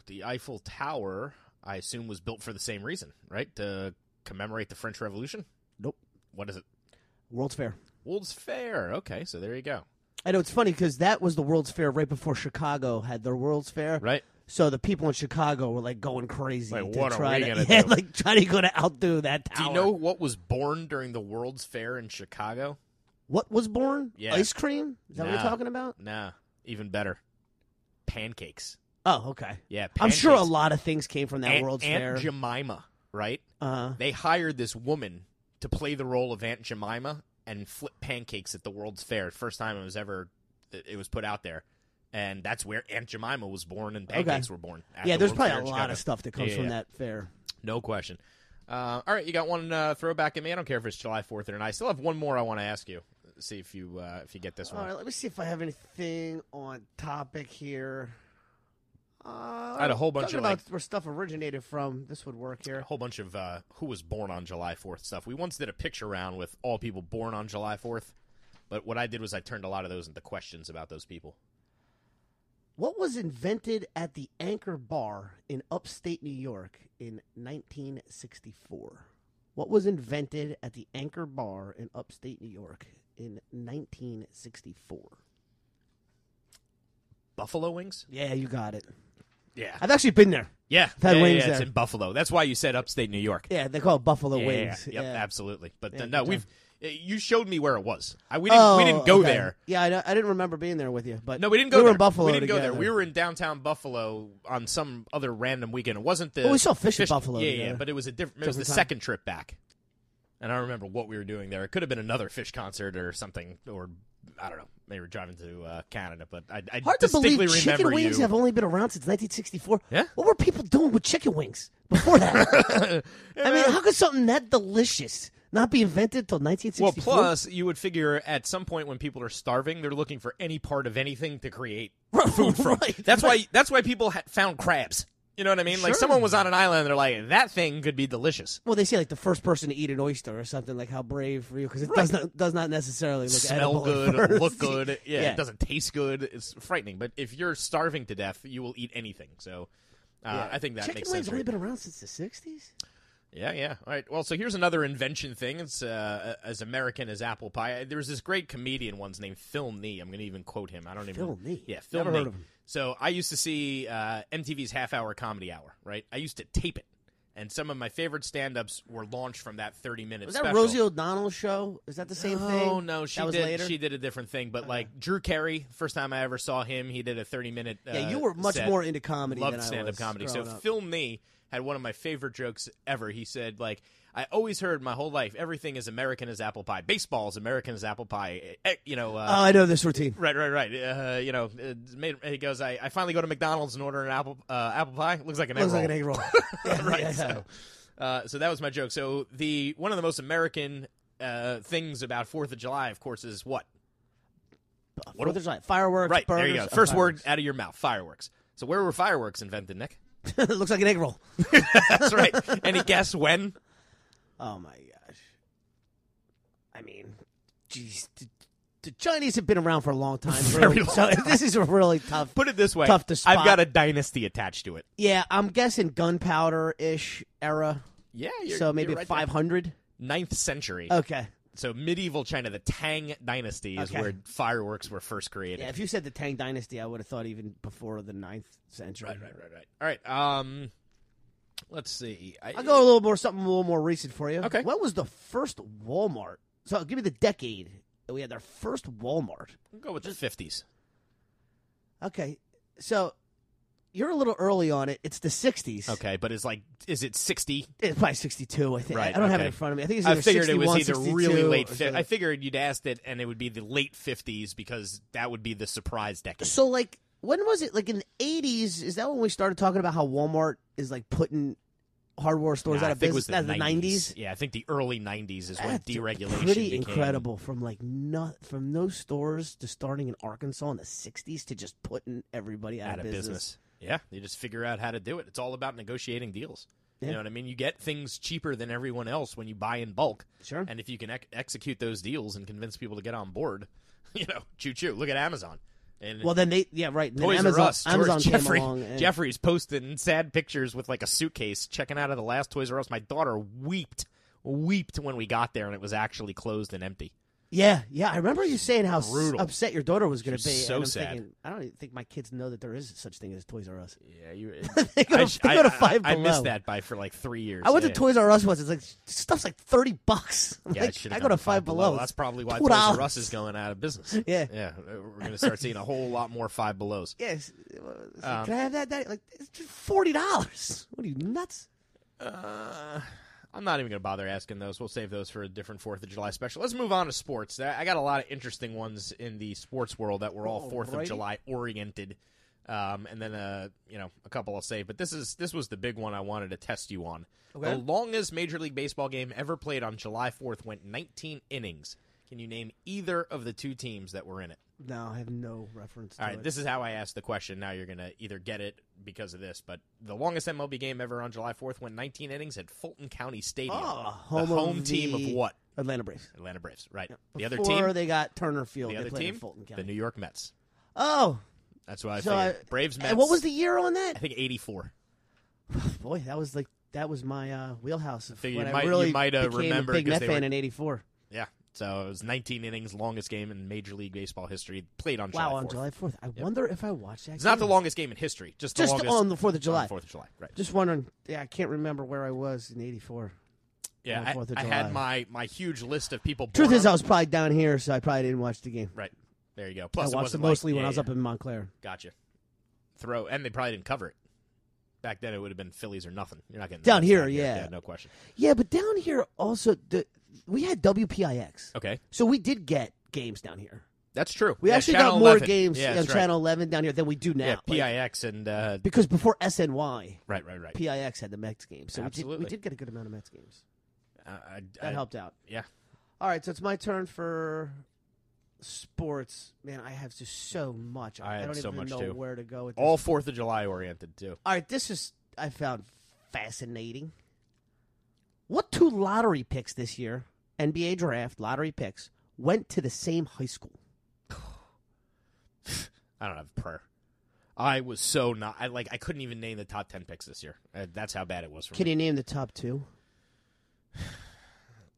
Speaker 11: the Eiffel Tower, I assume, was built for the same reason, right? To commemorate the French Revolution.
Speaker 3: Nope.
Speaker 11: What is it?
Speaker 3: World's Fair.
Speaker 11: World's Fair. Okay, so there you go.
Speaker 3: I know it's funny because that was the World's Fair right before Chicago had their World's Fair.
Speaker 11: Right.
Speaker 3: So the people in Chicago were like going crazy
Speaker 11: Like,
Speaker 3: to
Speaker 11: what are
Speaker 3: try
Speaker 11: we
Speaker 3: to,
Speaker 11: gonna
Speaker 3: yeah,
Speaker 11: do?
Speaker 3: like trying to go to outdo that tower.
Speaker 11: Do you know what was born during the World's Fair in Chicago?
Speaker 3: what was born?
Speaker 11: Yeah.
Speaker 3: Ice cream? Is that what
Speaker 11: Nah.
Speaker 3: you're talking about?
Speaker 11: Nah, even better, pancakes.
Speaker 3: Oh, okay.
Speaker 11: Yeah,
Speaker 3: I'm sure a
Speaker 11: pancakes.
Speaker 3: lot of things came from that
Speaker 11: Aunt,
Speaker 3: World's
Speaker 11: Aunt
Speaker 3: Fair.
Speaker 11: Jemima, right?
Speaker 3: Uh-huh.
Speaker 11: They hired this woman to play the role of Aunt Jemima and flip pancakes at the World's Fair. First time it was ever it was put out there, and that's where Aunt Jemima was born and
Speaker 3: Okay.
Speaker 11: pancakes were born. at
Speaker 3: yeah,
Speaker 11: the
Speaker 3: there's
Speaker 11: World's
Speaker 3: probably
Speaker 11: Fair
Speaker 3: a
Speaker 11: in
Speaker 3: lot
Speaker 11: Chicago.
Speaker 3: of stuff that comes
Speaker 11: Yeah,
Speaker 3: from
Speaker 11: yeah.
Speaker 3: that fair.
Speaker 11: No question. Uh, all right, you got one uh, throwback at me. I don't care if it's July Fourth or not. I still have one more I want to ask you. See if you uh, if you get this
Speaker 3: All
Speaker 11: one.
Speaker 3: right, let me see if I have anything on topic here. Uh, I
Speaker 11: had a whole bunch of,
Speaker 3: about
Speaker 11: like-
Speaker 3: where stuff originated from. This would work
Speaker 11: a
Speaker 3: here.
Speaker 11: whole bunch of uh, who was born on July 4th stuff. We once did a picture round with all people born on July 4th, but what I did was I turned a lot of those into questions about those people.
Speaker 3: What was invented at the Anchor Bar in upstate New York in 1964? What was invented at the Anchor Bar in upstate New York in 1964?
Speaker 11: Buffalo wings?
Speaker 3: Yeah, you got it.
Speaker 11: Yeah.
Speaker 3: I've actually been there.
Speaker 11: Yeah.
Speaker 3: I've had
Speaker 11: yeah,
Speaker 3: wings
Speaker 11: yeah, it's
Speaker 3: there.
Speaker 11: in Buffalo. That's why you said upstate New York.
Speaker 3: Yeah, they call it Buffalo
Speaker 11: yeah,
Speaker 3: Wings.
Speaker 11: Yep,
Speaker 3: yeah.
Speaker 11: absolutely. But
Speaker 3: Yeah,
Speaker 11: uh, no,
Speaker 3: good
Speaker 11: we've uh, you showed me where it was. I, we didn't we didn't go
Speaker 3: Oh, okay.
Speaker 11: there.
Speaker 3: Yeah, I, don't- I didn't remember being there with you. But
Speaker 11: No, we didn't go
Speaker 3: we
Speaker 11: there.
Speaker 3: Were in Buffalo
Speaker 11: we didn't go
Speaker 3: together.
Speaker 11: there. We were in downtown Buffalo on some other random weekend. It wasn't the
Speaker 3: Well, we saw fish in Buffalo
Speaker 11: Yeah, yeah,
Speaker 3: together.
Speaker 11: but it was a different. It was the
Speaker 3: Different time.
Speaker 11: second trip back, and I don't remember what we were doing there. It could have been another fish concert or something, or I don't know. They were driving to uh, Canada, but I, I
Speaker 3: Hard to
Speaker 11: distinctly
Speaker 3: believe
Speaker 11: remember
Speaker 3: chicken wings
Speaker 11: you.
Speaker 3: have only been around since 1964.
Speaker 11: Yeah.
Speaker 3: What were people doing with chicken wings before that? I mean, how could something that delicious not be invented till
Speaker 11: well,
Speaker 3: 1964?
Speaker 11: plus you would figure at some point when people are starving, they're looking for any part of anything to create food from.
Speaker 3: Right,
Speaker 11: that's
Speaker 3: right.
Speaker 11: why. That's why people ha- found crabs. You know what I mean? Like
Speaker 3: Sure.
Speaker 11: someone was on an island, and they're like, "That thing could be delicious."
Speaker 3: Well, they say like the first person to eat an oyster or something like how brave for you because it does not does not necessarily look
Speaker 11: smell
Speaker 3: edible at
Speaker 11: good,
Speaker 3: first.
Speaker 11: look good. Yeah,
Speaker 3: Yeah.
Speaker 11: it doesn't taste good. It's frightening. But if you're starving to death, you will eat anything. So uh, I think that
Speaker 3: chicken
Speaker 11: makes
Speaker 3: wings
Speaker 11: sense.
Speaker 3: only
Speaker 11: right?
Speaker 3: been around since the 60s.
Speaker 11: Yeah, yeah. All right. Well, so here's another invention thing. It's uh, as American as apple pie. There was this great comedian once named Phil Nee. I'm going to even quote him. I don't even.
Speaker 3: Phil Nee?
Speaker 11: Yeah, Phil
Speaker 3: Never
Speaker 11: Nee.
Speaker 3: heard of him.
Speaker 11: So I used to see uh, MTV's Half Hour Comedy Hour. Right. I used to tape it. And some of my favorite stand-ups were launched from that 30-minute
Speaker 3: Was that
Speaker 11: special.
Speaker 3: Rosie O'Donnell's show? Is that the same
Speaker 11: no,
Speaker 3: thing?
Speaker 11: Oh, No, she
Speaker 3: that was
Speaker 11: did.
Speaker 3: Later? Uh-huh.
Speaker 11: She did a different thing, but like Drew Carey, first time I ever saw him, he did a thirty-minute. Uh,
Speaker 3: Yeah, you were much
Speaker 11: set.
Speaker 3: more into comedy
Speaker 11: Loved
Speaker 3: than I
Speaker 11: stand-up
Speaker 3: was
Speaker 11: comedy. So
Speaker 3: growing up.
Speaker 11: Phil Nee had one of my favorite jokes ever. He said, "Like I always heard my whole life, everything is American as apple pie. Baseball is American as apple pie. Eh, eh, You know." Uh,
Speaker 3: Oh, I know this routine.
Speaker 11: Right, right, right. Uh, you know, it made, he goes. I, I finally go to McDonald's and order an apple uh, apple pie. Looks like an egg
Speaker 3: Looks
Speaker 11: roll.
Speaker 3: like an egg roll. Yeah,
Speaker 11: right.
Speaker 3: yeah, yeah.
Speaker 11: So, uh, so that was my joke. So the one of the most American uh, things about Fourth of July, of course, is what?
Speaker 3: What Fourth of July. Fireworks,
Speaker 11: right
Speaker 3: burgers.
Speaker 11: there you go.
Speaker 3: oh,
Speaker 11: First word
Speaker 3: fireworks.
Speaker 11: out of your mouth: fireworks. So where were fireworks invented, Nick?
Speaker 3: it looks like an egg roll.
Speaker 11: That's right. Any guess when?
Speaker 3: Oh my gosh. I mean, geez, the, the Chinese have been around for a long time.
Speaker 11: Very
Speaker 3: really.
Speaker 11: long
Speaker 3: so this is a really tough.
Speaker 11: Put it this way:
Speaker 3: Tough to spot.
Speaker 11: I've got a dynasty attached to it.
Speaker 3: yeah, I'm guessing gunpowder ish era.
Speaker 11: Yeah,
Speaker 3: so maybe 500.
Speaker 11: ninth century.
Speaker 3: Okay.
Speaker 11: So medieval China, the Tang Dynasty is
Speaker 3: Okay.
Speaker 11: where fireworks were first created.
Speaker 3: Yeah, if you said the Tang Dynasty, I would have thought even before the ninth century.
Speaker 11: Right, right, right, right. All right. Um, Let's see. I,
Speaker 3: I'll go a little more something a little more recent for you.
Speaker 11: Okay.
Speaker 3: When was the first Walmart? So give me the decade that we had our first Walmart.
Speaker 11: I'll go with the fifties.
Speaker 3: Okay. So you're a little early on it. It's the '60s.
Speaker 11: Okay, but it's like, is it sixty?
Speaker 3: It's probably 62, I think. I-
Speaker 11: Right.
Speaker 3: I don't have it
Speaker 11: okay.
Speaker 3: in front of me. I think it's
Speaker 11: I
Speaker 3: either
Speaker 11: figured it was
Speaker 3: 61,
Speaker 11: either really
Speaker 3: 62
Speaker 11: late.
Speaker 3: or
Speaker 11: Fi-
Speaker 3: something.
Speaker 11: I figured you'd asked it, and it would be the late fifties because that would be the surprise decade.
Speaker 3: So like, when was it? Like in the '80s? Is that when we started talking about how Walmart is like putting hardware stores out
Speaker 11: Nah, I
Speaker 3: of
Speaker 11: think it
Speaker 3: business?
Speaker 11: was
Speaker 3: That's the '90s.
Speaker 11: Yeah, I think the early nineties is when
Speaker 3: That's
Speaker 11: deregulation.
Speaker 3: Pretty
Speaker 11: became-
Speaker 3: incredible from like not from no stores to starting in Arkansas in the '60s to just putting everybody out,
Speaker 11: out of business. Yeah, you just figure out how to do it. It's all about negotiating deals.
Speaker 3: Yeah.
Speaker 11: You know what I mean? You get things cheaper than everyone else when you buy in bulk.
Speaker 3: Sure.
Speaker 11: And if you can ec- execute those deals and convince people to get on board, you know, choo choo. Look at Amazon. And
Speaker 3: Well, then they yeah right. And then
Speaker 11: Toys R
Speaker 3: Amazon,
Speaker 11: Us, George
Speaker 3: Amazon came
Speaker 11: Jeffrey,
Speaker 3: along. and-
Speaker 11: Jeffrey's posting sad pictures with like a suitcase checking out of the last Toys R Us. My daughter weeped, weeped when we got there and it was actually closed and empty.
Speaker 3: Yeah, yeah. I remember you saying how s-
Speaker 11: Brutal.
Speaker 3: upset your daughter was going to
Speaker 11: She
Speaker 3: be.
Speaker 11: was so
Speaker 3: and I'm
Speaker 11: sad.
Speaker 3: Thinking, I don't even think my kids know that there is such thing as Toys R Us.
Speaker 11: Yeah, you.
Speaker 3: they go,
Speaker 11: I,
Speaker 3: to-
Speaker 11: sh-
Speaker 3: they go to
Speaker 11: I- I-
Speaker 3: Five
Speaker 11: I,
Speaker 3: Below.
Speaker 11: missed that by for like three years.
Speaker 3: I went
Speaker 11: Yeah.
Speaker 3: to Toys R Us once. It's like stuff's like thirty bucks. I'm
Speaker 11: Yeah,
Speaker 3: like,
Speaker 11: it should've
Speaker 3: I go
Speaker 11: gone
Speaker 3: to Five Below.
Speaker 11: That's probably why
Speaker 3: Two
Speaker 11: Toys
Speaker 3: dollars.
Speaker 11: R Us is going out of business.
Speaker 3: Yeah.
Speaker 11: yeah. We're going to start seeing a whole lot more Five Belows.
Speaker 3: Yes.
Speaker 11: Um,
Speaker 3: Can I have that? That like it's just forty dollars. What are you nuts?
Speaker 11: Uh, I'm not even going to bother asking those. We'll save those for a different Fourth of July special. Let's move on to sports. I I got a lot of interesting ones in the sports world that were all Fourth of
Speaker 3: Alrighty.
Speaker 11: July oriented, um, and then uh, you know a couple I'll save. But this is this was the big one I wanted to test you on.
Speaker 3: Okay.
Speaker 11: The longest Major League Baseball game ever played on July 4th went 19 innings. Can you name either of the two teams that were in it?
Speaker 3: No, I have no reference.
Speaker 11: All
Speaker 3: to
Speaker 11: right,
Speaker 3: it.
Speaker 11: this is how I asked the question. Now you're going to either get it because of this, but the longest MLB game ever on July 4th went 19 innings at Fulton County Stadium.
Speaker 3: Oh,
Speaker 11: the
Speaker 3: home
Speaker 11: home
Speaker 3: of
Speaker 11: team
Speaker 3: the-
Speaker 11: of what?
Speaker 3: Atlanta Braves.
Speaker 11: Atlanta Braves, right. The other
Speaker 3: Before
Speaker 11: team?
Speaker 3: they got Turner Field.
Speaker 11: the
Speaker 3: they
Speaker 11: other
Speaker 3: played in
Speaker 11: team?
Speaker 3: Fulton County.
Speaker 11: The New York Mets.
Speaker 3: Oh,
Speaker 11: That's why I
Speaker 3: So I-
Speaker 11: figured. Braves, Mets.
Speaker 3: and what was the year on
Speaker 11: I
Speaker 3: that?
Speaker 11: think 84.
Speaker 3: Boy, that was like that was my uh, wheelhouse. Of
Speaker 11: Figure you
Speaker 3: when
Speaker 11: might-
Speaker 3: I
Speaker 11: you
Speaker 3: really
Speaker 11: might, uh,
Speaker 3: became
Speaker 11: remember
Speaker 3: a big
Speaker 11: 'cause
Speaker 3: Met
Speaker 11: they
Speaker 3: fan
Speaker 11: were-
Speaker 3: in '84.
Speaker 11: Yeah. So it was 19 innings, longest game in Major League Baseball history. Played on
Speaker 3: Wow,
Speaker 11: July 4th.
Speaker 3: on July 4th. I wonder if I watched that.
Speaker 11: It's not the
Speaker 3: game.
Speaker 11: longest game in history, just the
Speaker 3: Just
Speaker 11: longest
Speaker 3: on the 4th of July.
Speaker 11: On 4th of July, right.
Speaker 3: Just wondering. Yeah, I can't remember where I was in '84.
Speaker 11: yeah,
Speaker 3: on
Speaker 11: I,
Speaker 3: 4th of
Speaker 11: I
Speaker 3: July.
Speaker 11: had my, my huge list of people.
Speaker 3: Truth
Speaker 11: born
Speaker 3: is,
Speaker 11: on-
Speaker 3: I was probably down here, so I probably didn't watch the game.
Speaker 11: Right. There you go.
Speaker 3: I
Speaker 11: Plus, it
Speaker 3: watched it
Speaker 11: wasn't
Speaker 3: mostly
Speaker 11: like,
Speaker 3: when
Speaker 11: yeah,
Speaker 3: I was
Speaker 11: yeah.
Speaker 3: up in Montclair.
Speaker 11: Gotcha. Throw, and they probably didn't cover it. Back then, it would have been Phillies or nothing. You're not getting
Speaker 3: Down
Speaker 11: Mets
Speaker 3: here, yeah.
Speaker 11: no question.
Speaker 3: Yeah, but down here also, the, we had WPIX,
Speaker 11: Okay,
Speaker 3: so we did get games down here.
Speaker 11: that's true.
Speaker 3: We
Speaker 11: Yeah,
Speaker 3: actually
Speaker 11: Channel
Speaker 3: got more
Speaker 11: 11.
Speaker 3: games
Speaker 11: yeah,
Speaker 3: on
Speaker 11: that's right.
Speaker 3: Channel 11 down here than we do now.
Speaker 11: Yeah,
Speaker 3: Like,
Speaker 11: PIX and uh,
Speaker 3: because before SNY,
Speaker 11: right, right, right.
Speaker 3: PIX had the Mets games, so we did, we
Speaker 11: Absolutely.
Speaker 3: did get a good amount of Mets games.
Speaker 11: Uh, I-
Speaker 3: That
Speaker 11: I-
Speaker 3: helped out.
Speaker 11: Yeah,
Speaker 3: All right, so it's my turn for sports. Man, I have just so much.
Speaker 11: I had
Speaker 3: don't
Speaker 11: so
Speaker 3: even
Speaker 11: much,
Speaker 3: know
Speaker 11: too.
Speaker 3: where to go with this.
Speaker 11: all Fourth of July oriented too.
Speaker 3: All right, this is I found fascinating. What two lottery picks this year, NBA draft lottery picks, went to the same high school?
Speaker 11: I don't have a prayer. I was so not. I like. I couldn't even name the top ten picks this year. Uh, that's how bad it was for me.
Speaker 3: Can you name the top two?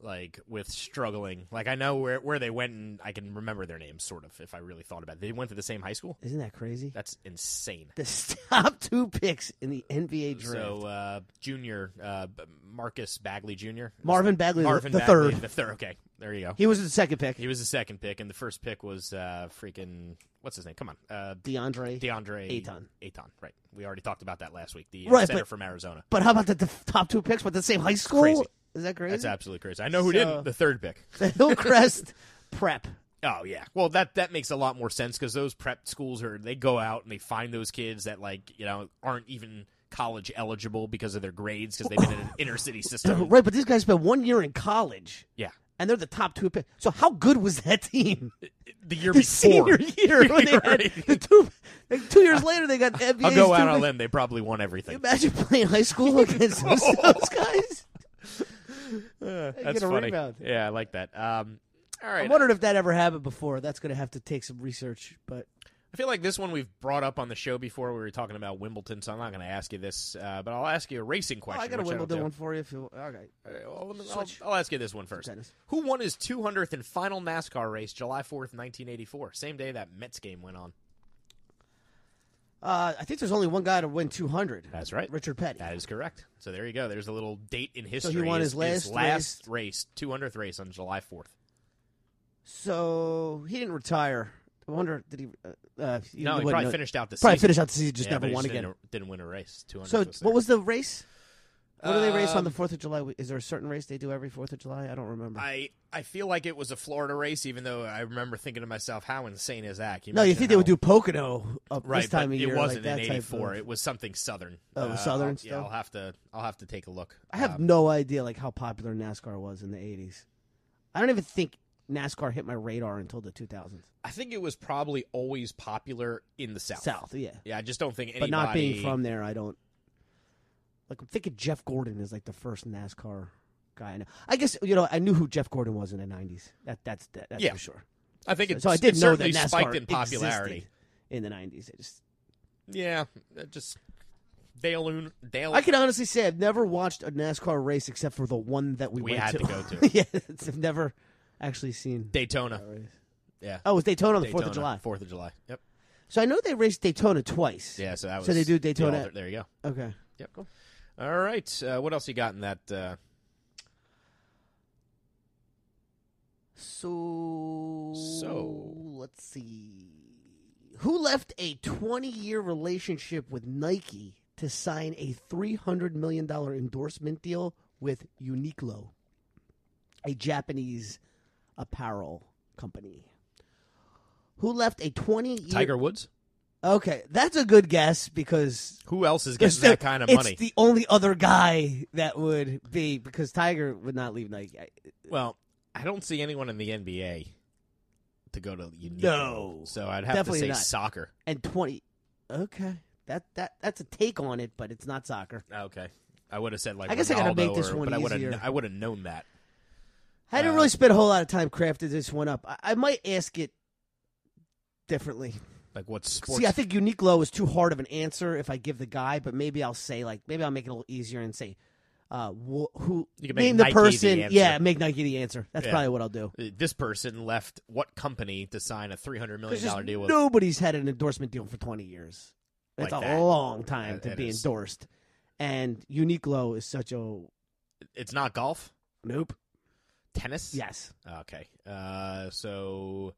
Speaker 11: like with struggling. Like I know where where they went, and I can remember their names, sort of, if I really thought about it. They went to the same high school.
Speaker 3: Isn't that crazy?
Speaker 11: That's insane.
Speaker 3: The top two picks in the NBA draft.
Speaker 11: So uh, junior uh, B- Marcus Bagley Jr.
Speaker 3: Marvin Bagley, the-
Speaker 11: Marvin
Speaker 3: the
Speaker 11: Bagley,
Speaker 3: third.
Speaker 11: the third. Okay, there you go.
Speaker 3: he was the second pick.
Speaker 11: He was the second pick, and the first pick was uh, freaking what's his name? Come on, uh,
Speaker 3: DeAndre.
Speaker 11: DeAndre
Speaker 3: Ayton.
Speaker 11: Ayton, right? We already talked about that last week. The uh,
Speaker 3: Right,
Speaker 11: center
Speaker 3: but-
Speaker 11: from Arizona.
Speaker 3: But how about the, the top two picks went to the same high school?
Speaker 11: Crazy.
Speaker 3: Is that crazy?
Speaker 11: That's absolutely crazy. I know who
Speaker 3: So-
Speaker 11: didn't. The third pick.
Speaker 3: The Hillcrest Prep.
Speaker 11: Oh yeah. Well, that that makes a lot more sense because those prep schools are they go out and they find those kids that like you know aren't even college eligible because of their grades because they've been in an inner city system.
Speaker 3: right, but these guys spent one year in college,
Speaker 11: Yeah.
Speaker 3: and they're the top two picks. So how good was that team?
Speaker 11: The year
Speaker 3: the
Speaker 11: before.
Speaker 3: senior year when they had
Speaker 11: Right.
Speaker 3: the two, like two years later they got the NBA.
Speaker 11: I'll go out on a limb. They probably won everything.
Speaker 3: Imagine playing high school against those, those guys.
Speaker 11: That's
Speaker 3: get a
Speaker 11: funny.
Speaker 3: rebound.
Speaker 11: Yeah, I like that. Um, all right.
Speaker 3: I'm wondering if that ever happened before. That's going to have to take some research, but
Speaker 11: I feel like this one we've brought up on the show before. We were talking about Wimbledon, so I'm not going to ask you this, uh, but I'll ask you a racing
Speaker 3: Oh,
Speaker 11: question.
Speaker 3: I got a
Speaker 11: which don't
Speaker 3: Wimbledon
Speaker 11: do.
Speaker 3: one for you. If you all right,
Speaker 11: All right, well, let me-
Speaker 3: Switch.
Speaker 11: I'll, I'll ask you this one first.
Speaker 3: Tennis.
Speaker 11: Who won his 200th and final NASCAR race, July 4th, 1984? Same day that Mets game went on.
Speaker 3: Uh, I think there's only one guy to win 200.
Speaker 11: That's right.
Speaker 3: Richard Petty.
Speaker 11: That is correct. So there you go. There's a little date in history.
Speaker 3: won his last
Speaker 11: last race, 200th race on July 4th.
Speaker 3: So he didn't retire. I wonder did he? Uh, uh, you
Speaker 11: no, he
Speaker 3: wouldn't
Speaker 11: probably
Speaker 3: know.
Speaker 11: finished out the season.
Speaker 3: probably finished out the season. Just
Speaker 11: Yeah,
Speaker 3: never
Speaker 11: but he
Speaker 3: won
Speaker 11: just
Speaker 3: again.
Speaker 11: Didn't, didn't win a race. 200th
Speaker 3: So
Speaker 11: was
Speaker 3: what
Speaker 11: there.
Speaker 3: was the race? What do they race on the
Speaker 11: Um,
Speaker 3: Fourth of July? Is there a certain race they do every Fourth of July? I don't remember.
Speaker 11: I I feel like it was a Florida race, even though I remember thinking to myself, how insane is that? Can
Speaker 3: no, you
Speaker 11: imagine
Speaker 3: think they would
Speaker 11: how-
Speaker 3: do Pocono up
Speaker 11: right,
Speaker 3: this time
Speaker 11: but
Speaker 3: of year?
Speaker 11: It
Speaker 3: like
Speaker 11: wasn't
Speaker 3: that
Speaker 11: in
Speaker 3: type
Speaker 11: '84.
Speaker 3: of-
Speaker 11: It was something southern.
Speaker 3: Oh, it was
Speaker 11: Uh,
Speaker 3: southern
Speaker 11: I'll-
Speaker 3: still?
Speaker 11: Yeah, I'll have to I'll have to take a look.
Speaker 3: I have
Speaker 11: Um,
Speaker 3: no idea like how popular NASCAR was in the '80s. I don't even think NASCAR hit my radar until the 2000s.
Speaker 11: I think it was probably always popular in the South.
Speaker 3: South, yeah.
Speaker 11: Yeah, I just don't think
Speaker 3: But
Speaker 11: anybody.
Speaker 3: not being from there, I don't. Like I'm thinking Jeff Gordon is like the first NASCAR guy I know. I guess you know I knew who Jeff Gordon was in the '90s. That that's that, that's
Speaker 11: Yeah.
Speaker 3: for sure.
Speaker 11: I think
Speaker 3: so,
Speaker 11: it-
Speaker 3: so I
Speaker 11: it
Speaker 3: did know that
Speaker 11: certainly
Speaker 3: NASCAR
Speaker 11: spiked in popularity.
Speaker 3: existed in the '90s. It just
Speaker 11: Yeah, it just Dale Loon. Dale.
Speaker 3: I can honestly say I've never watched a NASCAR race except for the one that we,
Speaker 11: We
Speaker 3: went
Speaker 11: had
Speaker 3: to.
Speaker 11: to go to.
Speaker 3: yeah, it's- I've never actually seen.
Speaker 11: Daytona. Yeah.
Speaker 3: Oh, it was Daytona on the 4th of July.
Speaker 11: Fourth of July. Yep.
Speaker 3: So I know they raced Daytona twice.
Speaker 11: Yeah. So that was.
Speaker 3: so they do
Speaker 11: the
Speaker 3: Daytona.
Speaker 11: alter- there you go.
Speaker 3: Okay.
Speaker 11: Yep. Cool. All right. Uh, what else you got in that? Uh,
Speaker 3: So
Speaker 11: So.
Speaker 3: let's see. Who left a 20-year relationship with Nike to sign a 300 million dollar endorsement deal with Uniqlo, a Japanese apparel company? Who left a 20-year
Speaker 11: Tiger Woods.
Speaker 3: Okay, that's a good guess because
Speaker 11: Who else is getting
Speaker 3: it's
Speaker 11: that
Speaker 3: the-
Speaker 11: kind of
Speaker 3: it's
Speaker 11: money?
Speaker 3: the only other guy that would be because Tiger would not leave Nike. I-
Speaker 11: Well, I don't see anyone in the NBA to go to Uniqlo.
Speaker 3: No,
Speaker 11: So I'd have
Speaker 3: definitely
Speaker 11: to say
Speaker 3: not.
Speaker 11: soccer.
Speaker 3: And twenty. Okay, that that that's a take on it, but it's not soccer.
Speaker 11: Oh, Okay. I would have said like
Speaker 3: I guess I
Speaker 11: Ronaldo
Speaker 3: gotta make this
Speaker 11: or-
Speaker 3: one
Speaker 11: but I would
Speaker 3: easier.
Speaker 11: have I would have known that.
Speaker 3: I
Speaker 11: Uh,
Speaker 3: didn't really spend a whole lot of time crafting this one up. I, I might ask it differently.
Speaker 11: Like what sports?
Speaker 3: See, I think Uniqlo is too hard of an answer if I give the guy, but maybe I'll say like maybe I'll make it a little easier and say. Uh, wh- who
Speaker 11: You can make
Speaker 3: name the
Speaker 11: Nike the
Speaker 3: person?
Speaker 11: answer.
Speaker 3: yeah, make Nike the answer. That's
Speaker 11: Yeah.
Speaker 3: probably what I'll do.
Speaker 11: Uh, this person left what company to sign a three hundred million
Speaker 3: There's just
Speaker 11: dollar deal with?
Speaker 3: nobody's had an endorsement deal for 20 years. That's
Speaker 11: Like
Speaker 3: a
Speaker 11: that.
Speaker 3: long time to
Speaker 11: That
Speaker 3: be
Speaker 11: is-
Speaker 3: endorsed. And Uniqlo is such a
Speaker 11: It's not golf,
Speaker 3: nope.
Speaker 11: tennis.
Speaker 3: Yes.
Speaker 11: Okay. Uh, so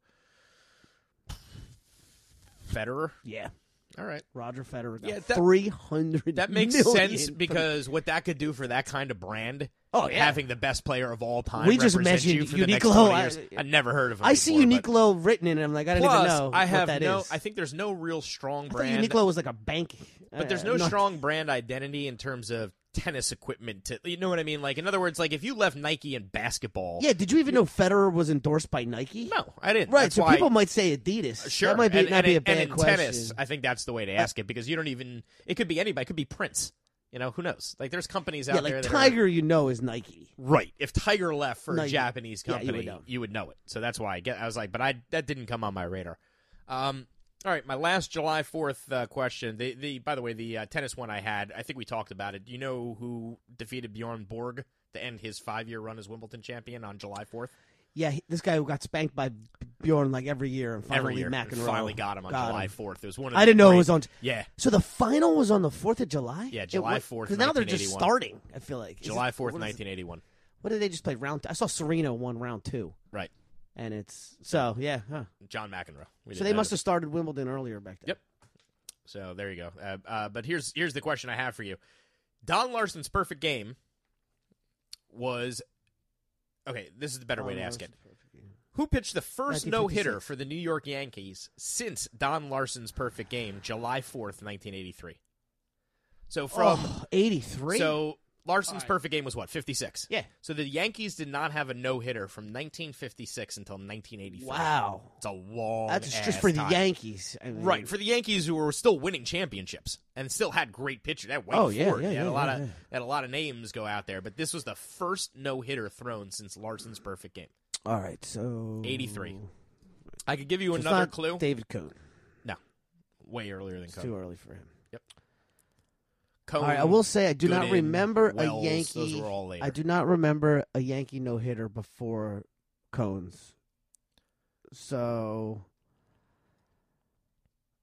Speaker 11: Federer.
Speaker 3: Yeah.
Speaker 11: All right.
Speaker 3: Roger Federer got
Speaker 11: Yeah, that-
Speaker 3: 300
Speaker 11: That makes
Speaker 3: million
Speaker 11: sense
Speaker 3: from-
Speaker 11: because what that could do for that kind of brand.
Speaker 3: Oh, yeah.
Speaker 11: having the best player of all time.
Speaker 3: We just
Speaker 11: represent
Speaker 3: mentioned
Speaker 11: you for the next
Speaker 3: Uniqlo.
Speaker 11: 20
Speaker 3: I-
Speaker 11: years. I, never heard of. Him
Speaker 3: I see
Speaker 11: before, but-
Speaker 3: Uniqlo written in it. I'm like, I don't
Speaker 11: Plus,
Speaker 3: even know
Speaker 11: I
Speaker 3: what
Speaker 11: have
Speaker 3: that
Speaker 11: no.
Speaker 3: is.
Speaker 11: I think there's no real strong
Speaker 3: I thought
Speaker 11: brand.
Speaker 3: Uniqlo was like a bank.
Speaker 11: But there's
Speaker 3: Uh,
Speaker 11: no
Speaker 3: not-
Speaker 11: strong brand identity in terms of tennis equipment. To, you know what I mean? Like, in other words, like if you left Nike in basketball,
Speaker 3: Yeah, did you even know Federer was endorsed by Nike?
Speaker 11: no, I didn't.
Speaker 3: Right,
Speaker 11: That's
Speaker 3: so
Speaker 11: why,
Speaker 3: people might say Adidas.
Speaker 11: sure.
Speaker 3: That might be,
Speaker 11: and,
Speaker 3: not
Speaker 11: and
Speaker 3: be
Speaker 11: in-
Speaker 3: a bad
Speaker 11: and in
Speaker 3: question. Uh,
Speaker 11: tennis, I think that's the way to ask it because you don't even. It could be anybody. It could be Prince. You know, who knows? Like, there's companies out
Speaker 3: yeah, like
Speaker 11: there that are-
Speaker 3: Tiger, you know, is Nike.
Speaker 11: Right. If Tiger left for a
Speaker 3: Nike.
Speaker 11: Japanese
Speaker 3: Yeah, you would
Speaker 11: company,
Speaker 3: know.
Speaker 11: know it. So that's why I get. I was like, but I that didn't come on my radar. Um, all right, my last July Fourth uh, question. The the by the way, the uh, tennis one I had. I think we talked about it. Do you know who defeated Bjorn Borg to end his five year run as Wimbledon champion on July Fourth?
Speaker 3: Yeah, he- this guy who got spanked by Bjorn like every year and finally
Speaker 11: Every year, and
Speaker 3: McEnroe
Speaker 11: finally got him on July
Speaker 3: him.
Speaker 11: Fourth. It was one. Of
Speaker 3: I
Speaker 11: the
Speaker 3: didn't know it
Speaker 11: great-
Speaker 3: was on.
Speaker 11: Yeah,
Speaker 3: So the final was on the fourth of July.
Speaker 11: Yeah,
Speaker 3: It
Speaker 11: July
Speaker 3: was-
Speaker 11: 4th,
Speaker 3: now they're just
Speaker 11: 1981.
Speaker 3: starting. I feel like Is
Speaker 11: July
Speaker 3: it-
Speaker 11: Fourth,
Speaker 3: what is it?
Speaker 11: nineteen eighty one.
Speaker 3: What did they just play round? Two? I saw Serena won round two,
Speaker 11: Right,
Speaker 3: and it's so yeah. Huh.
Speaker 11: John McEnroe. We
Speaker 3: So
Speaker 11: didn't
Speaker 3: they
Speaker 11: know
Speaker 3: must
Speaker 11: this.
Speaker 3: have started Wimbledon earlier back then.
Speaker 11: Yep. So there you go. Uh, uh, but here's here's the question I have for you: Don Larson's perfect game was okay. This is the better way to ask it. Who pitched the first no hitter
Speaker 3: 1956.
Speaker 11: for the New York Yankees since Don Larson's perfect game, July fourth, nineteen eighty three? So from
Speaker 3: Oh. eighty three.
Speaker 11: Oh, so Larson's perfect game was what fifty six.
Speaker 3: Yeah.
Speaker 11: So the Yankees did not have a no hitter from nineteen fifty six until nineteen eighty three.
Speaker 3: wow,
Speaker 11: it's a long.
Speaker 3: that's
Speaker 11: ass
Speaker 3: just for the
Speaker 11: time.
Speaker 3: Yankees, I mean,
Speaker 11: Right for the Yankees, who were still winning championships and still had great pitchers. That Wake
Speaker 3: Oh, yeah,
Speaker 11: Ford,
Speaker 3: yeah,
Speaker 11: they had
Speaker 3: yeah,
Speaker 11: a lot
Speaker 3: yeah,
Speaker 11: of
Speaker 3: yeah.
Speaker 11: had a lot of names go out there, but this was the first no hitter thrown since Larson's perfect game.
Speaker 3: All right, so
Speaker 11: 83. I could give you
Speaker 3: So it's
Speaker 11: another
Speaker 3: not
Speaker 11: clue.
Speaker 3: David Cohn.
Speaker 11: no, way earlier than
Speaker 3: It's too
Speaker 11: Cone.
Speaker 3: early for him.
Speaker 11: Cone
Speaker 3: all right, I will say I do not
Speaker 11: Gooden,
Speaker 3: remember
Speaker 11: Wells,
Speaker 3: a Yankee.
Speaker 11: Those were all later.
Speaker 3: I do not remember a Yankee no hitter before Cones. So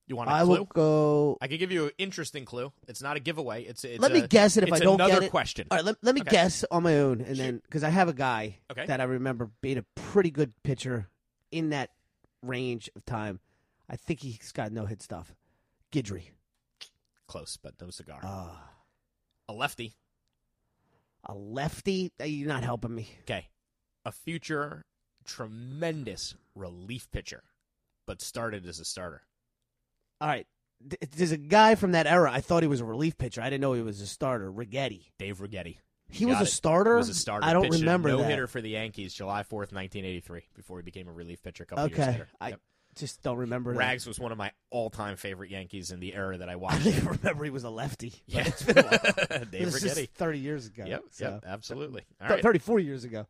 Speaker 11: You want a
Speaker 3: I
Speaker 11: clue?
Speaker 3: will go.
Speaker 11: I could give you an interesting clue. It's not a giveaway. It's, it's
Speaker 3: let me
Speaker 11: a-
Speaker 3: guess it if
Speaker 11: it's
Speaker 3: I don't
Speaker 11: another
Speaker 3: get it.
Speaker 11: question.
Speaker 3: All right, let, let me
Speaker 11: Okay.
Speaker 3: guess on my own, and then because I have a guy
Speaker 11: Okay.
Speaker 3: that I remember being a pretty good pitcher in that range of time. I think he's got no hit stuff. Guidry.
Speaker 11: Close, but no cigar.
Speaker 3: Ah.
Speaker 11: a lefty.
Speaker 3: a lefty. Uh, You're not helping me.
Speaker 11: Okay. A future tremendous relief pitcher, but started as a starter.
Speaker 3: All right. Th- There's a guy from that era. I thought he was a relief pitcher. I didn't know he was a starter. Rigetti.
Speaker 11: Dave Rigetti.
Speaker 3: He
Speaker 11: You
Speaker 3: was
Speaker 11: got
Speaker 3: a
Speaker 11: it.
Speaker 3: starter?
Speaker 11: He was a starter.
Speaker 3: I don't
Speaker 11: Pitched a
Speaker 3: remember that.
Speaker 11: No-hitter for the Yankees July 4th, 1983, before he became a relief pitcher a couple years
Speaker 3: Okay.
Speaker 11: later.
Speaker 3: I
Speaker 11: Yep.
Speaker 3: just don't remember. that.
Speaker 11: Rags was one of my all-time favorite Yankees in the era that I watched.
Speaker 3: I remember he was a lefty.
Speaker 11: Yeah.
Speaker 3: It's been a while.
Speaker 11: Dave
Speaker 3: This is
Speaker 11: Rigetti.
Speaker 3: 30 years ago.
Speaker 11: Yep,
Speaker 3: so.
Speaker 11: yep, absolutely. All
Speaker 3: Th-
Speaker 11: right.
Speaker 3: 34 years ago.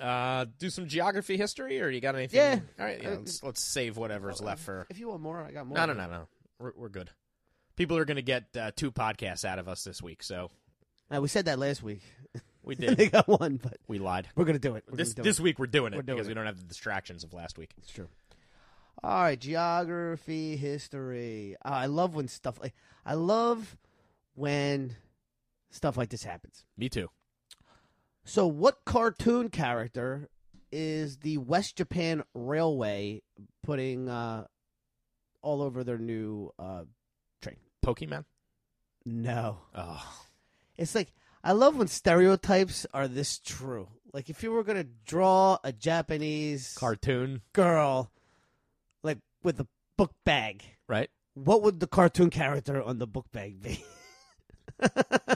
Speaker 11: Uh, do some geography history, or you got anything?
Speaker 3: Yeah.
Speaker 11: All right. Yeah,
Speaker 3: Uh,
Speaker 11: let's, let's save whatever's left for.
Speaker 3: If you want more, I got more.
Speaker 11: No, no, no, no. We're, we're good. People are going to get uh, two podcasts out of us this week, so
Speaker 3: Uh, we said that last week.
Speaker 11: we
Speaker 3: they
Speaker 11: did.
Speaker 3: got one, but
Speaker 11: we lied.
Speaker 3: we're going to do it. We're
Speaker 11: this
Speaker 3: gonna do
Speaker 11: this
Speaker 3: it.
Speaker 11: week we're doing it
Speaker 3: We're doing
Speaker 11: because
Speaker 3: it.
Speaker 11: we don't have the distractions of last week.
Speaker 3: It's true. All right, geography, history. Uh, I love when stuff like I love when stuff like this happens.
Speaker 11: Me too.
Speaker 3: So, what cartoon character is the West Japan Railway putting uh, all over their new uh, train?
Speaker 11: Pokemon.
Speaker 3: No,
Speaker 11: Oh,
Speaker 3: it's like I love when stereotypes are this true. Like, if you were gonna draw a Japanese
Speaker 11: cartoon,
Speaker 3: girl, like with a book bag,
Speaker 11: right?
Speaker 3: what would the cartoon character on the book bag be?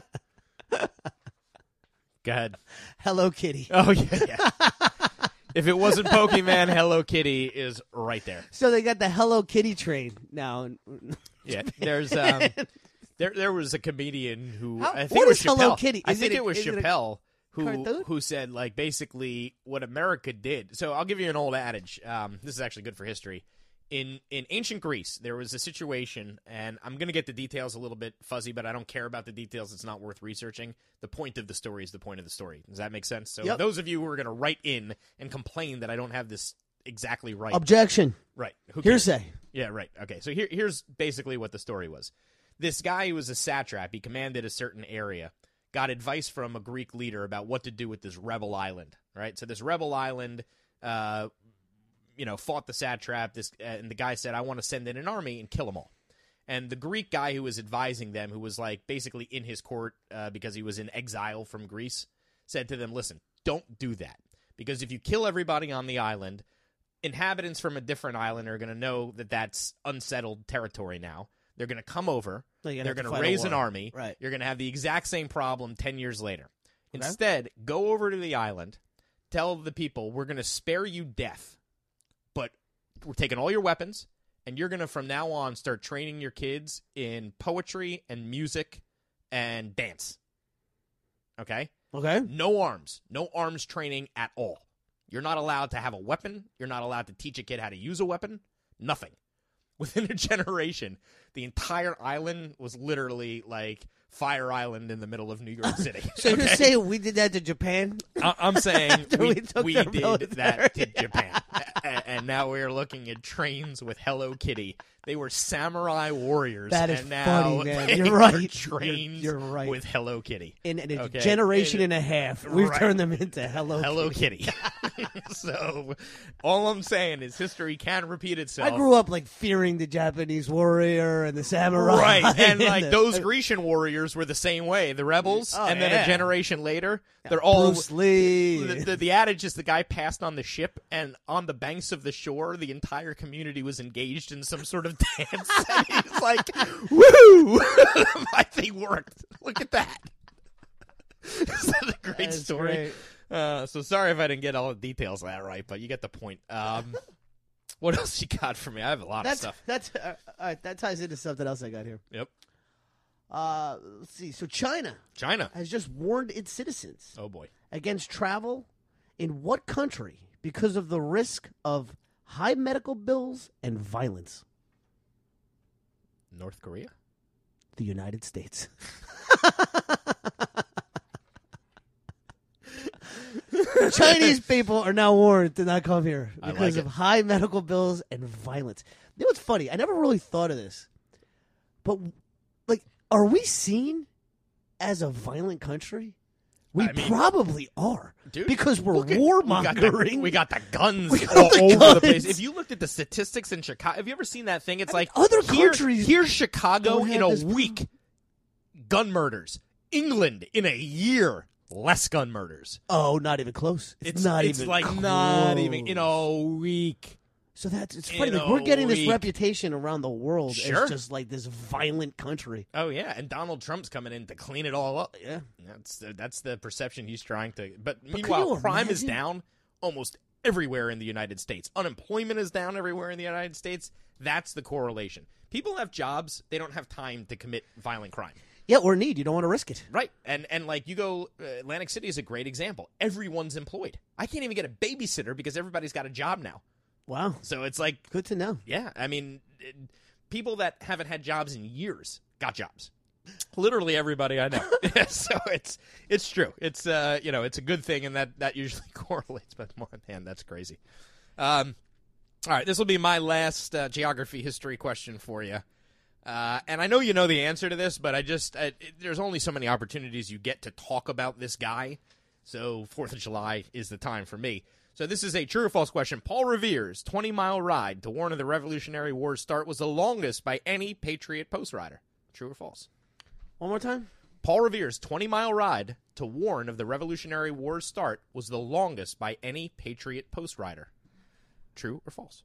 Speaker 11: Go ahead.
Speaker 3: Hello Kitty.
Speaker 11: Oh yeah. yeah. if it wasn't Pokemon, Hello Kitty is right there.
Speaker 3: So they got the Hello Kitty train now.
Speaker 11: Yeah, there's um, there there was a comedian who
Speaker 3: How-
Speaker 11: I think
Speaker 3: what
Speaker 11: it was
Speaker 3: is Hello
Speaker 11: Chappelle.
Speaker 3: Kitty?
Speaker 11: I
Speaker 3: Is
Speaker 11: think
Speaker 3: it
Speaker 11: it,
Speaker 3: a-
Speaker 11: was
Speaker 3: is it a
Speaker 11: Chappelle who
Speaker 3: cartoon?
Speaker 11: who said like basically what America did. So I'll give you an old adage. Um, this is actually good for history. In in ancient Greece, there was a situation, and I'm going to get the details a little bit fuzzy, but I don't care about the details. It's not worth researching. The point of the story is the point of the story. Does that make sense? So
Speaker 3: Yep.
Speaker 11: those of you who are going to write in and complain that I don't have this exactly right,
Speaker 3: Objection.
Speaker 11: right? Who cares?
Speaker 3: Hearsay.
Speaker 11: Yeah, right. Okay, so here, here's basically what the story was. This guy who was a satrap, he commanded a certain area, got advice from a Greek leader about what to do with this rebel island, right? So this rebel island, uh, you know, fought the satrap, this, and the guy said, I want to send in an army and kill them all. And the Greek guy who was advising them, who was like basically in his court uh, because he was in exile from Greece, said to them, listen, don't do that. Because if you kill everybody on the island, inhabitants from a different island are going to know that that's unsettled territory now. They're going to come over.
Speaker 3: So you're gonna
Speaker 11: They're
Speaker 3: have to
Speaker 11: going to
Speaker 3: fight a
Speaker 11: raise an
Speaker 3: war.
Speaker 11: army.
Speaker 3: Right.
Speaker 11: You're going to have the exact same problem 10 years later. Instead, go over to the island, tell the people, we're going to spare you death, but we're taking all your weapons, and you're going to, from now on, start training your kids in poetry and music and dance. Okay?
Speaker 3: Okay.
Speaker 11: No arms. No arms training at all. You're not allowed to have a weapon. You're not allowed to teach a kid how to use a weapon. Nothing. Within a generation, the entire island was literally like Fire Island in the middle of New York City.
Speaker 3: So you're
Speaker 11: Okay?
Speaker 3: saying we did that to Japan?
Speaker 11: I- I'm saying
Speaker 3: After
Speaker 11: we,
Speaker 3: we took
Speaker 11: we
Speaker 3: their
Speaker 11: did
Speaker 3: military.
Speaker 11: that to Japan. A- a- and now we're looking at trains with Hello Kitty. They were samurai warriors.
Speaker 3: That is
Speaker 11: and now
Speaker 3: funny, man.
Speaker 11: they
Speaker 3: You're
Speaker 11: are
Speaker 3: right. You're-
Speaker 11: Trains
Speaker 3: you're right.
Speaker 11: with Hello Kitty.
Speaker 3: In, in a
Speaker 11: Okay.
Speaker 3: generation
Speaker 11: In-
Speaker 3: and a half, we've
Speaker 11: Right.
Speaker 3: turned them into Hello.
Speaker 11: Hello
Speaker 3: Kitty.
Speaker 11: Kitty. so all I'm saying is history can repeat itself.
Speaker 3: I grew up like fearing the Japanese warrior and the samurai,
Speaker 11: Right, and like
Speaker 3: the-
Speaker 11: those Grecian warriors were the same way. The rebels,
Speaker 3: Oh,
Speaker 11: and then
Speaker 3: yeah.
Speaker 11: a generation later, they're all
Speaker 3: Bruce Lee.
Speaker 11: The, the, the adage is the guy passed on the ship, and on the banks of the shore, the entire community was engaged in some sort of dance. and he's like, "Woo! My thing worked. Look at that." Is that a great
Speaker 3: That's
Speaker 11: story?
Speaker 3: great.
Speaker 11: Uh, so sorry if I didn't get all the details of that right, but you get the point. Um, what else you got for me? I have a lot
Speaker 3: That's
Speaker 11: of stuff.
Speaker 3: that's uh, all right. That ties into something else I got here.
Speaker 11: Yep.
Speaker 3: Uh, let's see. So China
Speaker 11: China.
Speaker 3: has just warned its citizens
Speaker 11: Oh boy.
Speaker 3: against travel in what country because of the risk of high medical bills and violence?
Speaker 11: North Korea.
Speaker 3: The United States. Chinese people are now warned to not come here
Speaker 11: I like
Speaker 3: because
Speaker 11: it.
Speaker 3: of high medical bills and violence. You know what's funny? I never really thought of this, but like, are we seen as a violent country? We
Speaker 11: I mean-
Speaker 3: probably are,
Speaker 11: Dude,
Speaker 3: because we're
Speaker 11: look at-
Speaker 3: warmongering.
Speaker 11: We got the, we got the guns
Speaker 3: We got
Speaker 11: all
Speaker 3: the
Speaker 11: over the
Speaker 3: guns.
Speaker 11: place. If you looked at the statistics in Chicago, have you ever seen that thing? It's like
Speaker 3: other
Speaker 11: here,
Speaker 3: countries
Speaker 11: Here's Chicago
Speaker 3: don't have
Speaker 11: in a
Speaker 3: this problem.
Speaker 11: week, gun murders. England in a year, less gun murders.
Speaker 3: Oh, not even close. It's, not
Speaker 11: it's
Speaker 3: even
Speaker 11: like
Speaker 3: close.
Speaker 11: not even in a week.
Speaker 3: So that's it's
Speaker 11: in
Speaker 3: funny. Like,
Speaker 11: a
Speaker 3: we're getting this
Speaker 11: week.
Speaker 3: reputation around the world
Speaker 11: Sure.
Speaker 3: as just like this violent country.
Speaker 11: Oh yeah, and Donald Trump's coming in to clean it all up.
Speaker 3: Yeah,
Speaker 11: that's the, that's the perception he's trying to. But
Speaker 3: can
Speaker 11: meanwhile,
Speaker 3: you
Speaker 11: crime is
Speaker 3: imagine?
Speaker 11: down almost everywhere in the United States. Unemployment is down everywhere in the United States. That's the correlation. People have jobs; they don't have time to commit violent crime.
Speaker 3: Yeah, or need. You don't want to risk it.
Speaker 11: Right, and and like you go, uh, Atlantic City is a great example. Everyone's employed. I can't even get a babysitter because everybody's got a job now.
Speaker 3: Wow.
Speaker 11: So it's like,
Speaker 3: Good to know.
Speaker 11: yeah, I mean, it- people that haven't had jobs in years got jobs. Literally everybody I know. so it's it's true. It's uh you know it's a good thing, and that that usually correlates. But man, that's crazy. Um, all right, this will be my last uh, geography history question for you. Uh, and I know you know the answer to this, but I just I, it, there's only so many opportunities you get to talk about this guy. So Fourth of July is the time for me. So this is a true or false question. Paul Revere's 20 mile ride to warn of the Revolutionary War's start was the longest by any Patriot post rider. True or false?
Speaker 3: One more time.
Speaker 11: Paul Revere's 20 mile ride to warn of the Revolutionary War's start was the longest by any Patriot post rider. True or false?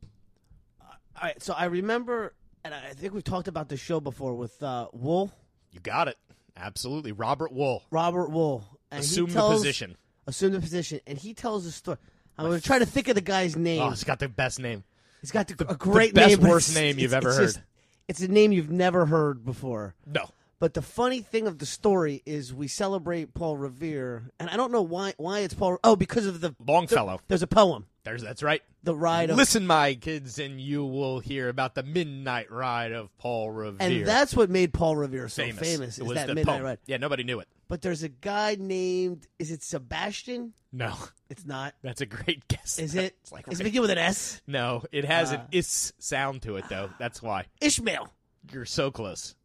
Speaker 3: All right. So I remember, and I I think we've talked about this show before with uh, Wool,
Speaker 11: You got it. Absolutely. Robert Wool.
Speaker 3: Robert Wool. And he
Speaker 11: Assume the
Speaker 3: tells-
Speaker 11: position.
Speaker 3: Assume the position, and he tells a story. I'm going to try to think of the guy's name.
Speaker 11: Oh, it's got the best name.
Speaker 3: He's got the, a great
Speaker 11: best
Speaker 3: name. but
Speaker 11: worst
Speaker 3: it's-
Speaker 11: name you've
Speaker 3: it's-
Speaker 11: ever
Speaker 3: it's
Speaker 11: heard.
Speaker 3: just- it's a name you've never heard before.
Speaker 11: No.
Speaker 3: But the funny thing of the story is we celebrate Paul Revere, and I don't know why why it's Paul. Oh, because of the
Speaker 11: Longfellow.
Speaker 3: there's a poem,
Speaker 11: There's that's right.
Speaker 3: the ride of,
Speaker 11: Listen, my kids, and you will hear about the midnight ride of Paul Revere.
Speaker 3: and that's what made Paul Revere so
Speaker 11: famous.
Speaker 3: famous.
Speaker 11: it
Speaker 3: is
Speaker 11: was
Speaker 3: that
Speaker 11: the
Speaker 3: midnight
Speaker 11: poem.
Speaker 3: ride?
Speaker 11: Yeah, nobody knew it.
Speaker 3: But there's a guy named is it Sebastian?
Speaker 11: No,
Speaker 3: It's not.
Speaker 11: that's a great guess.
Speaker 3: Is it?
Speaker 11: It's like
Speaker 3: does it
Speaker 11: right-
Speaker 3: begin with an S?
Speaker 11: no, it has an
Speaker 3: Uh,
Speaker 11: is sound to it though. That's why
Speaker 3: Ishmael.
Speaker 11: you're so close.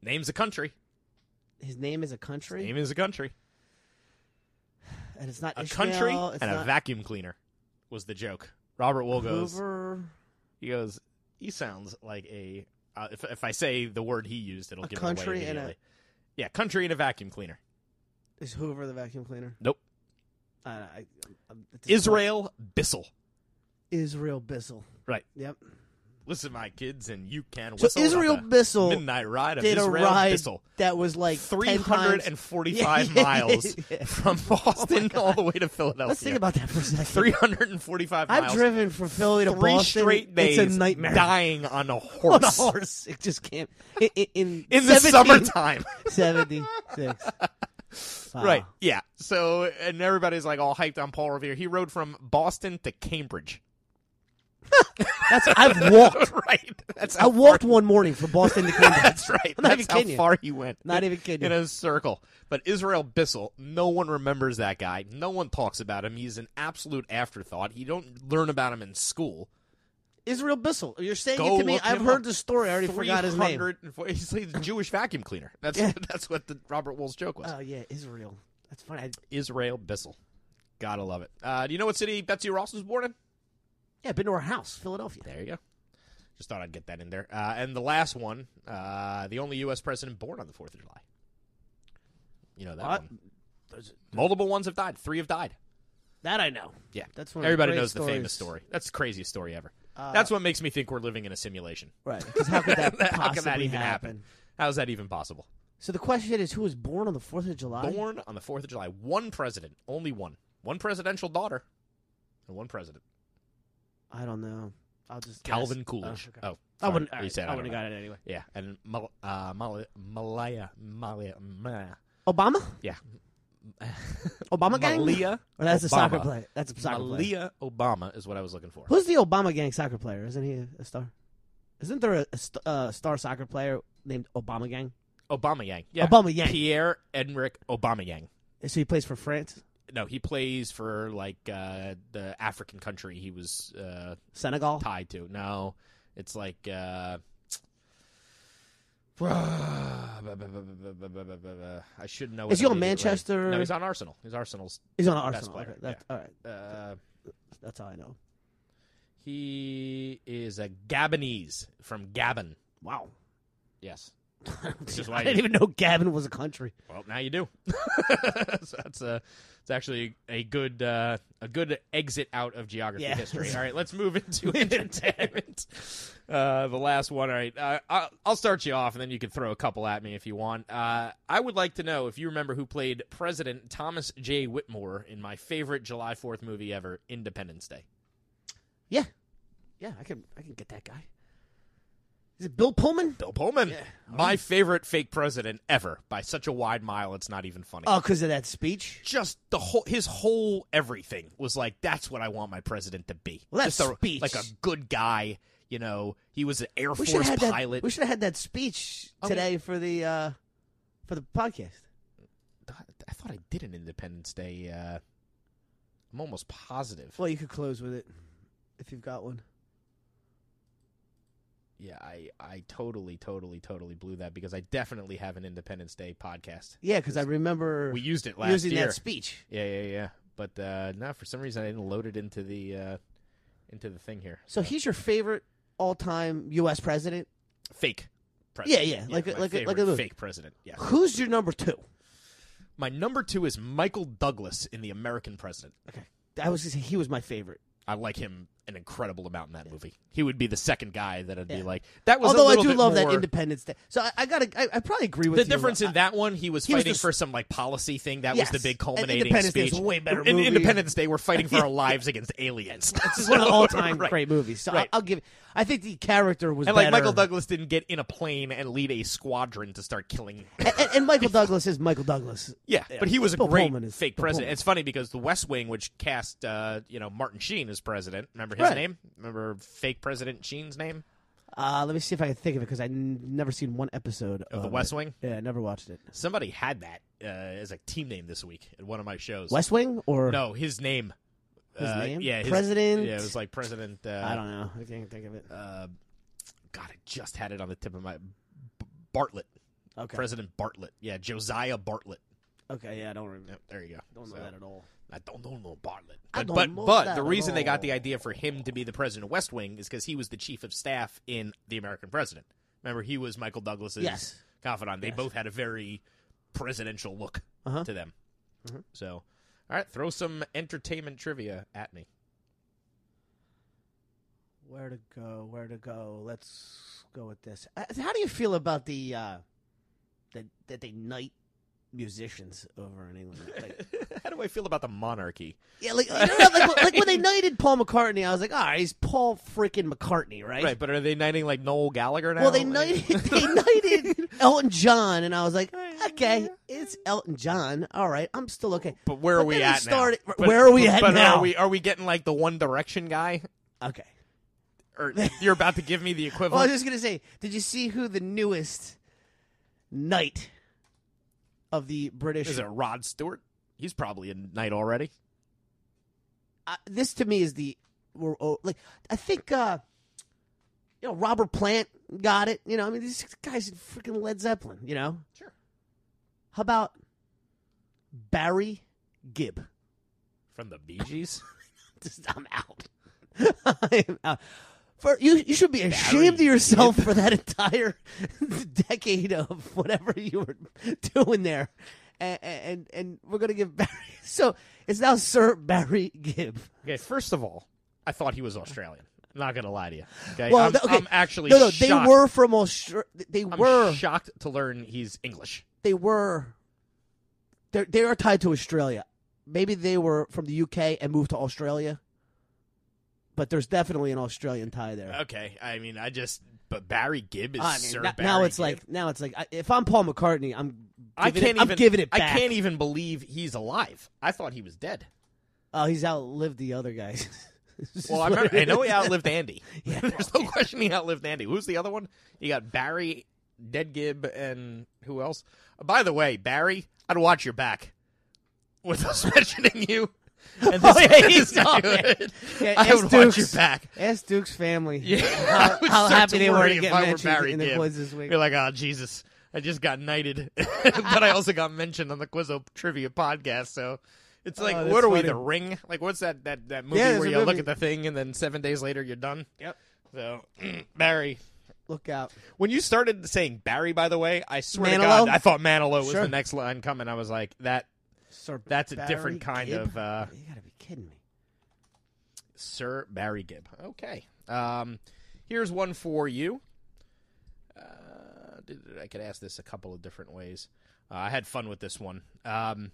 Speaker 11: Name's a country.
Speaker 3: His name is a country,
Speaker 11: Name is a country.
Speaker 3: and it's not
Speaker 11: A
Speaker 3: Ishmael,
Speaker 11: country
Speaker 3: It's
Speaker 11: and a
Speaker 3: not
Speaker 11: vacuum cleaner was the joke. Robert Wool goes.
Speaker 3: Hoover.
Speaker 11: He goes. He sounds like a. Uh, if if I say the word he used, it'll
Speaker 3: A
Speaker 11: give
Speaker 3: country
Speaker 11: it away
Speaker 3: and a-
Speaker 11: immediately. Yeah, country and a vacuum cleaner.
Speaker 3: Is Hoover the vacuum cleaner?
Speaker 11: Nope.
Speaker 3: I, I, I'm- at this point-
Speaker 11: Israel Bissell.
Speaker 3: Israel Bissell.
Speaker 11: Right.
Speaker 3: Yep.
Speaker 11: Listen, my kids, and you can
Speaker 3: So
Speaker 11: whistle. about
Speaker 3: Israel
Speaker 11: the
Speaker 3: Bissell
Speaker 11: midnight ride of
Speaker 3: did a
Speaker 11: Israel
Speaker 3: ride
Speaker 11: Bissell.
Speaker 3: that was like 10 times- Yeah,
Speaker 11: 345
Speaker 3: yeah,
Speaker 11: miles
Speaker 3: yeah.
Speaker 11: from Boston all the way to Philadelphia.
Speaker 3: Let's think about that for a second.
Speaker 11: 345
Speaker 3: I've
Speaker 11: miles.
Speaker 3: driven from Philly to
Speaker 11: three
Speaker 3: Boston.
Speaker 11: straight days
Speaker 3: It's a nightmare.
Speaker 11: dying on a
Speaker 3: on a
Speaker 11: horse.
Speaker 3: horse. It just can't. In, in, in,
Speaker 11: In the
Speaker 3: 17
Speaker 11: summertime.
Speaker 3: 76. Wow.
Speaker 11: Right. Yeah. So, and everybody's like all hyped on Paul Revere. He rode from Boston to Cambridge.
Speaker 3: That's, I've walked.
Speaker 11: right. That's
Speaker 3: I
Speaker 11: how,
Speaker 3: walked one morning from Boston to Cambridge.
Speaker 11: that's right.
Speaker 3: I'm not
Speaker 11: That's
Speaker 3: even
Speaker 11: how
Speaker 3: kidding you.
Speaker 11: far he went.
Speaker 3: Not even kidding
Speaker 11: in
Speaker 3: you.
Speaker 11: a circle. But Israel Bissell, no one remembers that guy. No one talks about him. He's an absolute afterthought. You don't learn about him in school.
Speaker 3: Israel Bissell. You're saying
Speaker 11: Go
Speaker 3: it to me.
Speaker 11: look
Speaker 3: I've
Speaker 11: him
Speaker 3: heard
Speaker 11: up.
Speaker 3: the story. I already forgot his name.
Speaker 11: 300 and four- He's like the Jewish vacuum cleaner. That's that's what the Robert Wool's joke was.
Speaker 3: Oh yeah, Israel. That's funny. I,
Speaker 11: Israel Bissell. Gotta love it. Uh, do you know what city Betsy Ross was born in?
Speaker 3: yeah, been to her house, Philadelphia.
Speaker 11: There you go. Just thought I'd get that in there. Uh, and the last one, uh, the only U.S. president born on the 4th of July. You know that
Speaker 3: What?
Speaker 11: one. Multiple ones have died. Three have died.
Speaker 3: That I know.
Speaker 11: Yeah,
Speaker 3: That's one of the
Speaker 11: Everybody
Speaker 3: great
Speaker 11: knows the famous
Speaker 3: stories.
Speaker 11: story. That's the craziest story ever.
Speaker 3: Uh,
Speaker 11: That's what makes me think we're living in a simulation.
Speaker 3: Right. Because how could that
Speaker 11: How can that
Speaker 3: possibly
Speaker 11: even happen? How is that even possible?
Speaker 3: So the question is, who was born on the Fourth of July?
Speaker 11: Born on the Fourth of July, one president, only one, one presidential daughter, and one president,
Speaker 3: I don't know. I'll just guess.
Speaker 11: Calvin Coolidge.
Speaker 3: okay.
Speaker 11: Oh,
Speaker 3: I
Speaker 11: sorry.
Speaker 3: wouldn't.
Speaker 11: You
Speaker 3: all right,
Speaker 11: said
Speaker 3: I
Speaker 11: don't
Speaker 3: wouldn't
Speaker 11: know.
Speaker 3: have got it anyway.
Speaker 11: Yeah, and Mal- uh, Mal- Malaya, Malaya, Malaya.
Speaker 3: Obama.
Speaker 11: Yeah.
Speaker 3: Obama gang.
Speaker 11: Malia.
Speaker 3: Or that's a soccer
Speaker 11: Obama.
Speaker 3: player. That's a soccer player.
Speaker 11: Malia Obama is what I was looking for.
Speaker 3: Who's the Obama gang soccer player? Isn't he a, a star? Isn't there a, a st- uh, star soccer player named Obama gang?
Speaker 11: Obama Yang. Yeah.
Speaker 3: Obama Yang.
Speaker 11: Pierre Enric Obama Yang.
Speaker 3: So he plays for France.
Speaker 11: no, he plays for like uh, the African country he was uh,
Speaker 3: Senegal
Speaker 11: tied to. No, it's like. Uh, I should know.
Speaker 3: Is
Speaker 11: it
Speaker 3: he on
Speaker 11: immediately.
Speaker 3: Manchester?
Speaker 11: No, he's on Arsenal. He's Arsenal's.
Speaker 3: He's on
Speaker 11: best
Speaker 3: Arsenal.
Speaker 11: player.
Speaker 3: Okay, that,
Speaker 11: Yeah.
Speaker 3: All right.
Speaker 11: Uh,
Speaker 3: That's all I know.
Speaker 11: he is a Gabonese from Gabon.
Speaker 3: Wow.
Speaker 11: Yes. is why
Speaker 3: I
Speaker 11: I
Speaker 3: didn't
Speaker 11: did-
Speaker 3: even know Gavin was a country.
Speaker 11: Well, now you do. so that's a it's actually a good uh, a good exit out of geography
Speaker 3: Yeah.
Speaker 11: history. All right, let's move into entertainment. Uh, the last one. All right, uh, I- I'll start you off, and then you can throw a couple at me if you want. Uh, I would like to know if you remember who played President Thomas J. Whitmore in my favorite July Fourth movie ever, Independence Day.
Speaker 3: Yeah. Yeah, I can I can get that guy. Is it Bill Pullman?
Speaker 11: Bill Pullman,
Speaker 3: oh,
Speaker 11: my favorite fake president ever by such a wide mile. It's not even funny.
Speaker 3: Oh, because of that speech?
Speaker 11: just the whole his whole everything was like that's what I want my president to be.
Speaker 3: Well, that
Speaker 11: Just a,
Speaker 3: speech.
Speaker 11: like a good guy. You know, he was an Air
Speaker 3: We should
Speaker 11: Force
Speaker 3: have had
Speaker 11: pilot.
Speaker 3: That, we should have had that speech
Speaker 11: Okay.
Speaker 3: today for the uh, for the podcast.
Speaker 11: I thought I did an Independence Day. Uh, I'm almost positive.
Speaker 3: Well, you could close with it if you've got one.
Speaker 11: Yeah, I, I totally, totally, totally blew that because I definitely have an Independence Day podcast.
Speaker 3: Yeah, because I remember
Speaker 11: We used it last
Speaker 3: using
Speaker 11: year.
Speaker 3: that speech.
Speaker 11: Yeah, yeah, yeah. But uh, no, for some reason I didn't load it into the uh, into the thing here.
Speaker 3: So he's your favorite all-time U.S. president.
Speaker 11: fake. President.
Speaker 3: yeah, like a- like a-
Speaker 11: my
Speaker 3: like a
Speaker 11: favorite
Speaker 3: little-
Speaker 11: fake president. Yeah.
Speaker 3: Who's your number two?
Speaker 11: My number two is Michael Douglas in The American President.
Speaker 3: I was gonna say he was my favorite.
Speaker 11: I like him an incredible amount in that movie. He would be the second guy that I'd be like. That was a
Speaker 3: Although I
Speaker 11: little
Speaker 3: do
Speaker 11: bit
Speaker 3: love that
Speaker 11: more-
Speaker 3: Independence Day. So I, I gotta, I, I probably agree with
Speaker 11: The
Speaker 3: you. uh,
Speaker 11: difference in that one, he was
Speaker 3: He was
Speaker 11: fighting
Speaker 3: the-
Speaker 11: for some like policy thing. That
Speaker 3: Yes.
Speaker 11: was the big
Speaker 3: And
Speaker 11: culminating
Speaker 3: Independence Day
Speaker 11: speech.
Speaker 3: is a way better
Speaker 11: in
Speaker 3: movie.
Speaker 11: Independence Day, we're fighting for our lives against aliens.
Speaker 3: It's one of the
Speaker 11: So,
Speaker 3: all-time
Speaker 11: right.
Speaker 3: great movies. So
Speaker 11: Right.
Speaker 3: I, will give. I think the character was
Speaker 11: And like
Speaker 3: better.
Speaker 11: Michael Douglas didn't get in a plane and lead a squadron to start killing
Speaker 3: and, and- and Michael Douglas is Michael Douglas.
Speaker 11: Yeah, but he was a
Speaker 3: Bill
Speaker 11: great
Speaker 3: Pullman is
Speaker 11: fake
Speaker 3: Bill
Speaker 11: president.
Speaker 3: Pullman.
Speaker 11: It's funny because the West Wing, which cast uh, you know Martin Sheen as president, remember his
Speaker 3: Right.
Speaker 11: name? Remember fake President Sheen's name
Speaker 3: Uh, let me see if I can think of it because I've never seen one episode
Speaker 11: of Oh, the West
Speaker 3: it.
Speaker 11: Wing?
Speaker 3: Yeah, I never watched it.
Speaker 11: Somebody had that uh, as a team name this week at one of my shows.
Speaker 3: West Wing or
Speaker 11: No, his name.
Speaker 3: His
Speaker 11: Uh,
Speaker 3: name?
Speaker 11: Yeah, his-
Speaker 3: President?
Speaker 11: Yeah, it was like President. Uh,
Speaker 3: I don't know. I can't think of it.
Speaker 11: Uh, God, I just had it on the tip of my B- Bartlett.
Speaker 3: Okay.
Speaker 11: President Bartlett. Yeah, Josiah Bartlett.
Speaker 3: Okay, yeah, I don't remember.
Speaker 11: Yep, there you go.
Speaker 3: Don't know
Speaker 11: So-
Speaker 3: that at all.
Speaker 11: I don't know no Bartlett.
Speaker 3: I
Speaker 11: But
Speaker 3: don't
Speaker 11: but,
Speaker 3: know
Speaker 11: but
Speaker 3: that
Speaker 11: the
Speaker 3: at
Speaker 11: reason they got the
Speaker 3: all.
Speaker 11: idea for him to be the president of West Wing is because he was the chief of staff in the American president. Remember, he was Michael Douglas's
Speaker 3: Yes.
Speaker 11: confidant. They
Speaker 3: Yes.
Speaker 11: both had a very presidential look
Speaker 3: Uh-huh.
Speaker 11: to them.
Speaker 3: Mhm.
Speaker 11: So, all right, throw some entertainment trivia at me.
Speaker 3: Where to go? Where to go? Let's go with this. Uh, How do you feel about the uh, that that they knight musicians over in England? Like,
Speaker 11: How do I feel about the monarchy?
Speaker 3: yeah, like, you know, like like when they knighted Paul McCartney, I was like, all right, he's Paul freaking McCartney, right?
Speaker 11: Right, but are they knighting like Noel Gallagher now?
Speaker 3: Well, they
Speaker 11: Like-
Speaker 3: knighted they knighted Elton John, and I was like, okay, it's Elton John. All right, I'm still okay.
Speaker 11: But where are
Speaker 3: But
Speaker 11: we
Speaker 3: then they
Speaker 11: at
Speaker 3: started-
Speaker 11: now?
Speaker 3: where are we at
Speaker 11: but
Speaker 3: now?
Speaker 11: Are we are we getting like the One Direction guy?
Speaker 3: Okay.
Speaker 11: Or you're about to give me the equivalent?
Speaker 3: Well, I was just gonna say, did you see who the newest knight of the British?
Speaker 11: Is it Rod Stewart? He's probably a knight already.
Speaker 3: uh, this to me is the we're oh, like I think uh you know Robert Plant got it. You know, I mean these guys in freaking Led Zeppelin. You know,
Speaker 11: Sure.
Speaker 3: how about Barry Gibb?
Speaker 11: From the Bee Gees?
Speaker 3: Just- I'm out. I'm out. For, you, you should be ashamed of yourself for that entire decade of whatever you were doing there, and and, and we're gonna give Barry. So it's now Sir Barry Gibb.
Speaker 11: okay, first of all, I thought he was Australian. I'm not going to lie to you. Okay?
Speaker 3: Well,
Speaker 11: I'm,
Speaker 3: th- okay.
Speaker 11: I'm actually
Speaker 3: no, no.
Speaker 11: shocked.
Speaker 3: They were from Australia. They
Speaker 11: I'm
Speaker 3: were.
Speaker 11: shocked to learn he's English.
Speaker 3: they were. They they are tied to Australia. Maybe they were from the UK and moved to Australia. But there's definitely an Australian tie there.
Speaker 11: Okay, I mean, I just. But Barry Gibb is
Speaker 3: I mean,
Speaker 11: Sir
Speaker 3: n-
Speaker 11: Barry
Speaker 3: now it's
Speaker 11: Gibb.
Speaker 3: like now it's like I, if I'm Paul McCartney, I'm
Speaker 11: I
Speaker 3: giving
Speaker 11: can't
Speaker 3: it,
Speaker 11: even.
Speaker 3: I'm giving it
Speaker 11: I
Speaker 3: back.
Speaker 11: can't even believe he's alive. I thought he was dead.
Speaker 3: Oh, he's outlived the other guys. This
Speaker 11: Well,
Speaker 3: is
Speaker 11: I,
Speaker 3: what
Speaker 11: remember,
Speaker 3: it
Speaker 11: I know he
Speaker 3: is.
Speaker 11: outlived Andy.
Speaker 3: Yeah.
Speaker 11: There's no question he outlived Andy. Who's the other one? You got Barry, Dead Gib, and who else? Uh, by the way, Barry, I'd watch your back. with us mentioning you. And
Speaker 3: Oh, yeah,
Speaker 11: this
Speaker 3: he's
Speaker 11: is how
Speaker 3: on
Speaker 11: you do
Speaker 3: it.
Speaker 11: it.
Speaker 3: Yeah,
Speaker 11: I
Speaker 3: ask
Speaker 11: would watch
Speaker 3: Dukes-
Speaker 11: your back.
Speaker 3: Ask Duke's family.
Speaker 11: Yeah, I
Speaker 3: how,
Speaker 11: would
Speaker 3: how
Speaker 11: start
Speaker 3: happy
Speaker 11: to
Speaker 3: they were
Speaker 11: worry
Speaker 3: to get
Speaker 11: if I were
Speaker 3: mentioned
Speaker 11: Barry
Speaker 3: in the
Speaker 11: Gibb.
Speaker 3: quiz this week.
Speaker 11: Be like, oh Jesus, I just got knighted, but I also got mentioned on the Quizzo Trivia podcast. So it's like,
Speaker 3: Oh, that's
Speaker 11: what are we,
Speaker 3: funny.
Speaker 11: The Ring? Like, what's that that that movie
Speaker 3: Yeah, there's
Speaker 11: where
Speaker 3: a
Speaker 11: you look
Speaker 3: movie.
Speaker 11: at the thing and then seven days later you're done?
Speaker 3: Yep.
Speaker 11: So Barry,
Speaker 3: look out.
Speaker 11: When you started saying Barry, by the way, I swear to
Speaker 3: Manilow?
Speaker 11: God, I thought Manilow was
Speaker 3: Sure.
Speaker 11: the next line coming. I was like, that.
Speaker 3: Sir
Speaker 11: that's a
Speaker 3: Barry
Speaker 11: different kind
Speaker 3: Gibb?
Speaker 11: of uh,
Speaker 3: You gotta be kidding me.
Speaker 11: Sir Barry Gibb. Okay. Um, here's one for you. Uh, did- I could ask this a couple of different ways. Uh, I had fun with this one. Um,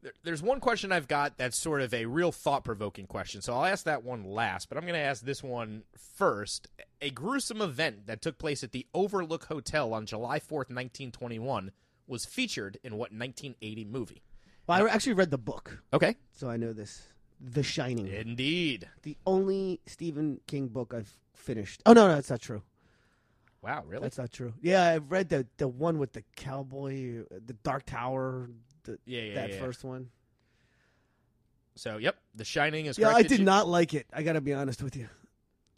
Speaker 11: there- there's one question I've got that's sort of a real thought provoking question. So I'll ask that one last, but I'm going to ask this one first. A gruesome event that took place at the Overlook Hotel on July 4th, 1921, was featured in what 1980 movie?
Speaker 3: Well, I re- actually read the book,
Speaker 11: Okay.
Speaker 3: so I know this. The Shining.
Speaker 11: Indeed.
Speaker 3: The only Stephen King book I've finished. Oh no, no, that's not true.
Speaker 11: Wow, really?
Speaker 3: That's not true. Yeah, I read the the one with the cowboy, uh, the Dark Tower. The,
Speaker 11: Yeah, yeah,
Speaker 3: that
Speaker 11: yeah.
Speaker 3: first one.
Speaker 11: So, yep, The Shining is
Speaker 3: Yeah,
Speaker 11: correct.
Speaker 3: I did
Speaker 11: you-
Speaker 3: not like it. I got to be honest with you.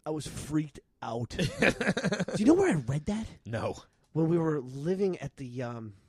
Speaker 3: I was freaked out. Do you know where I read that?
Speaker 11: No.
Speaker 3: When we were living at the um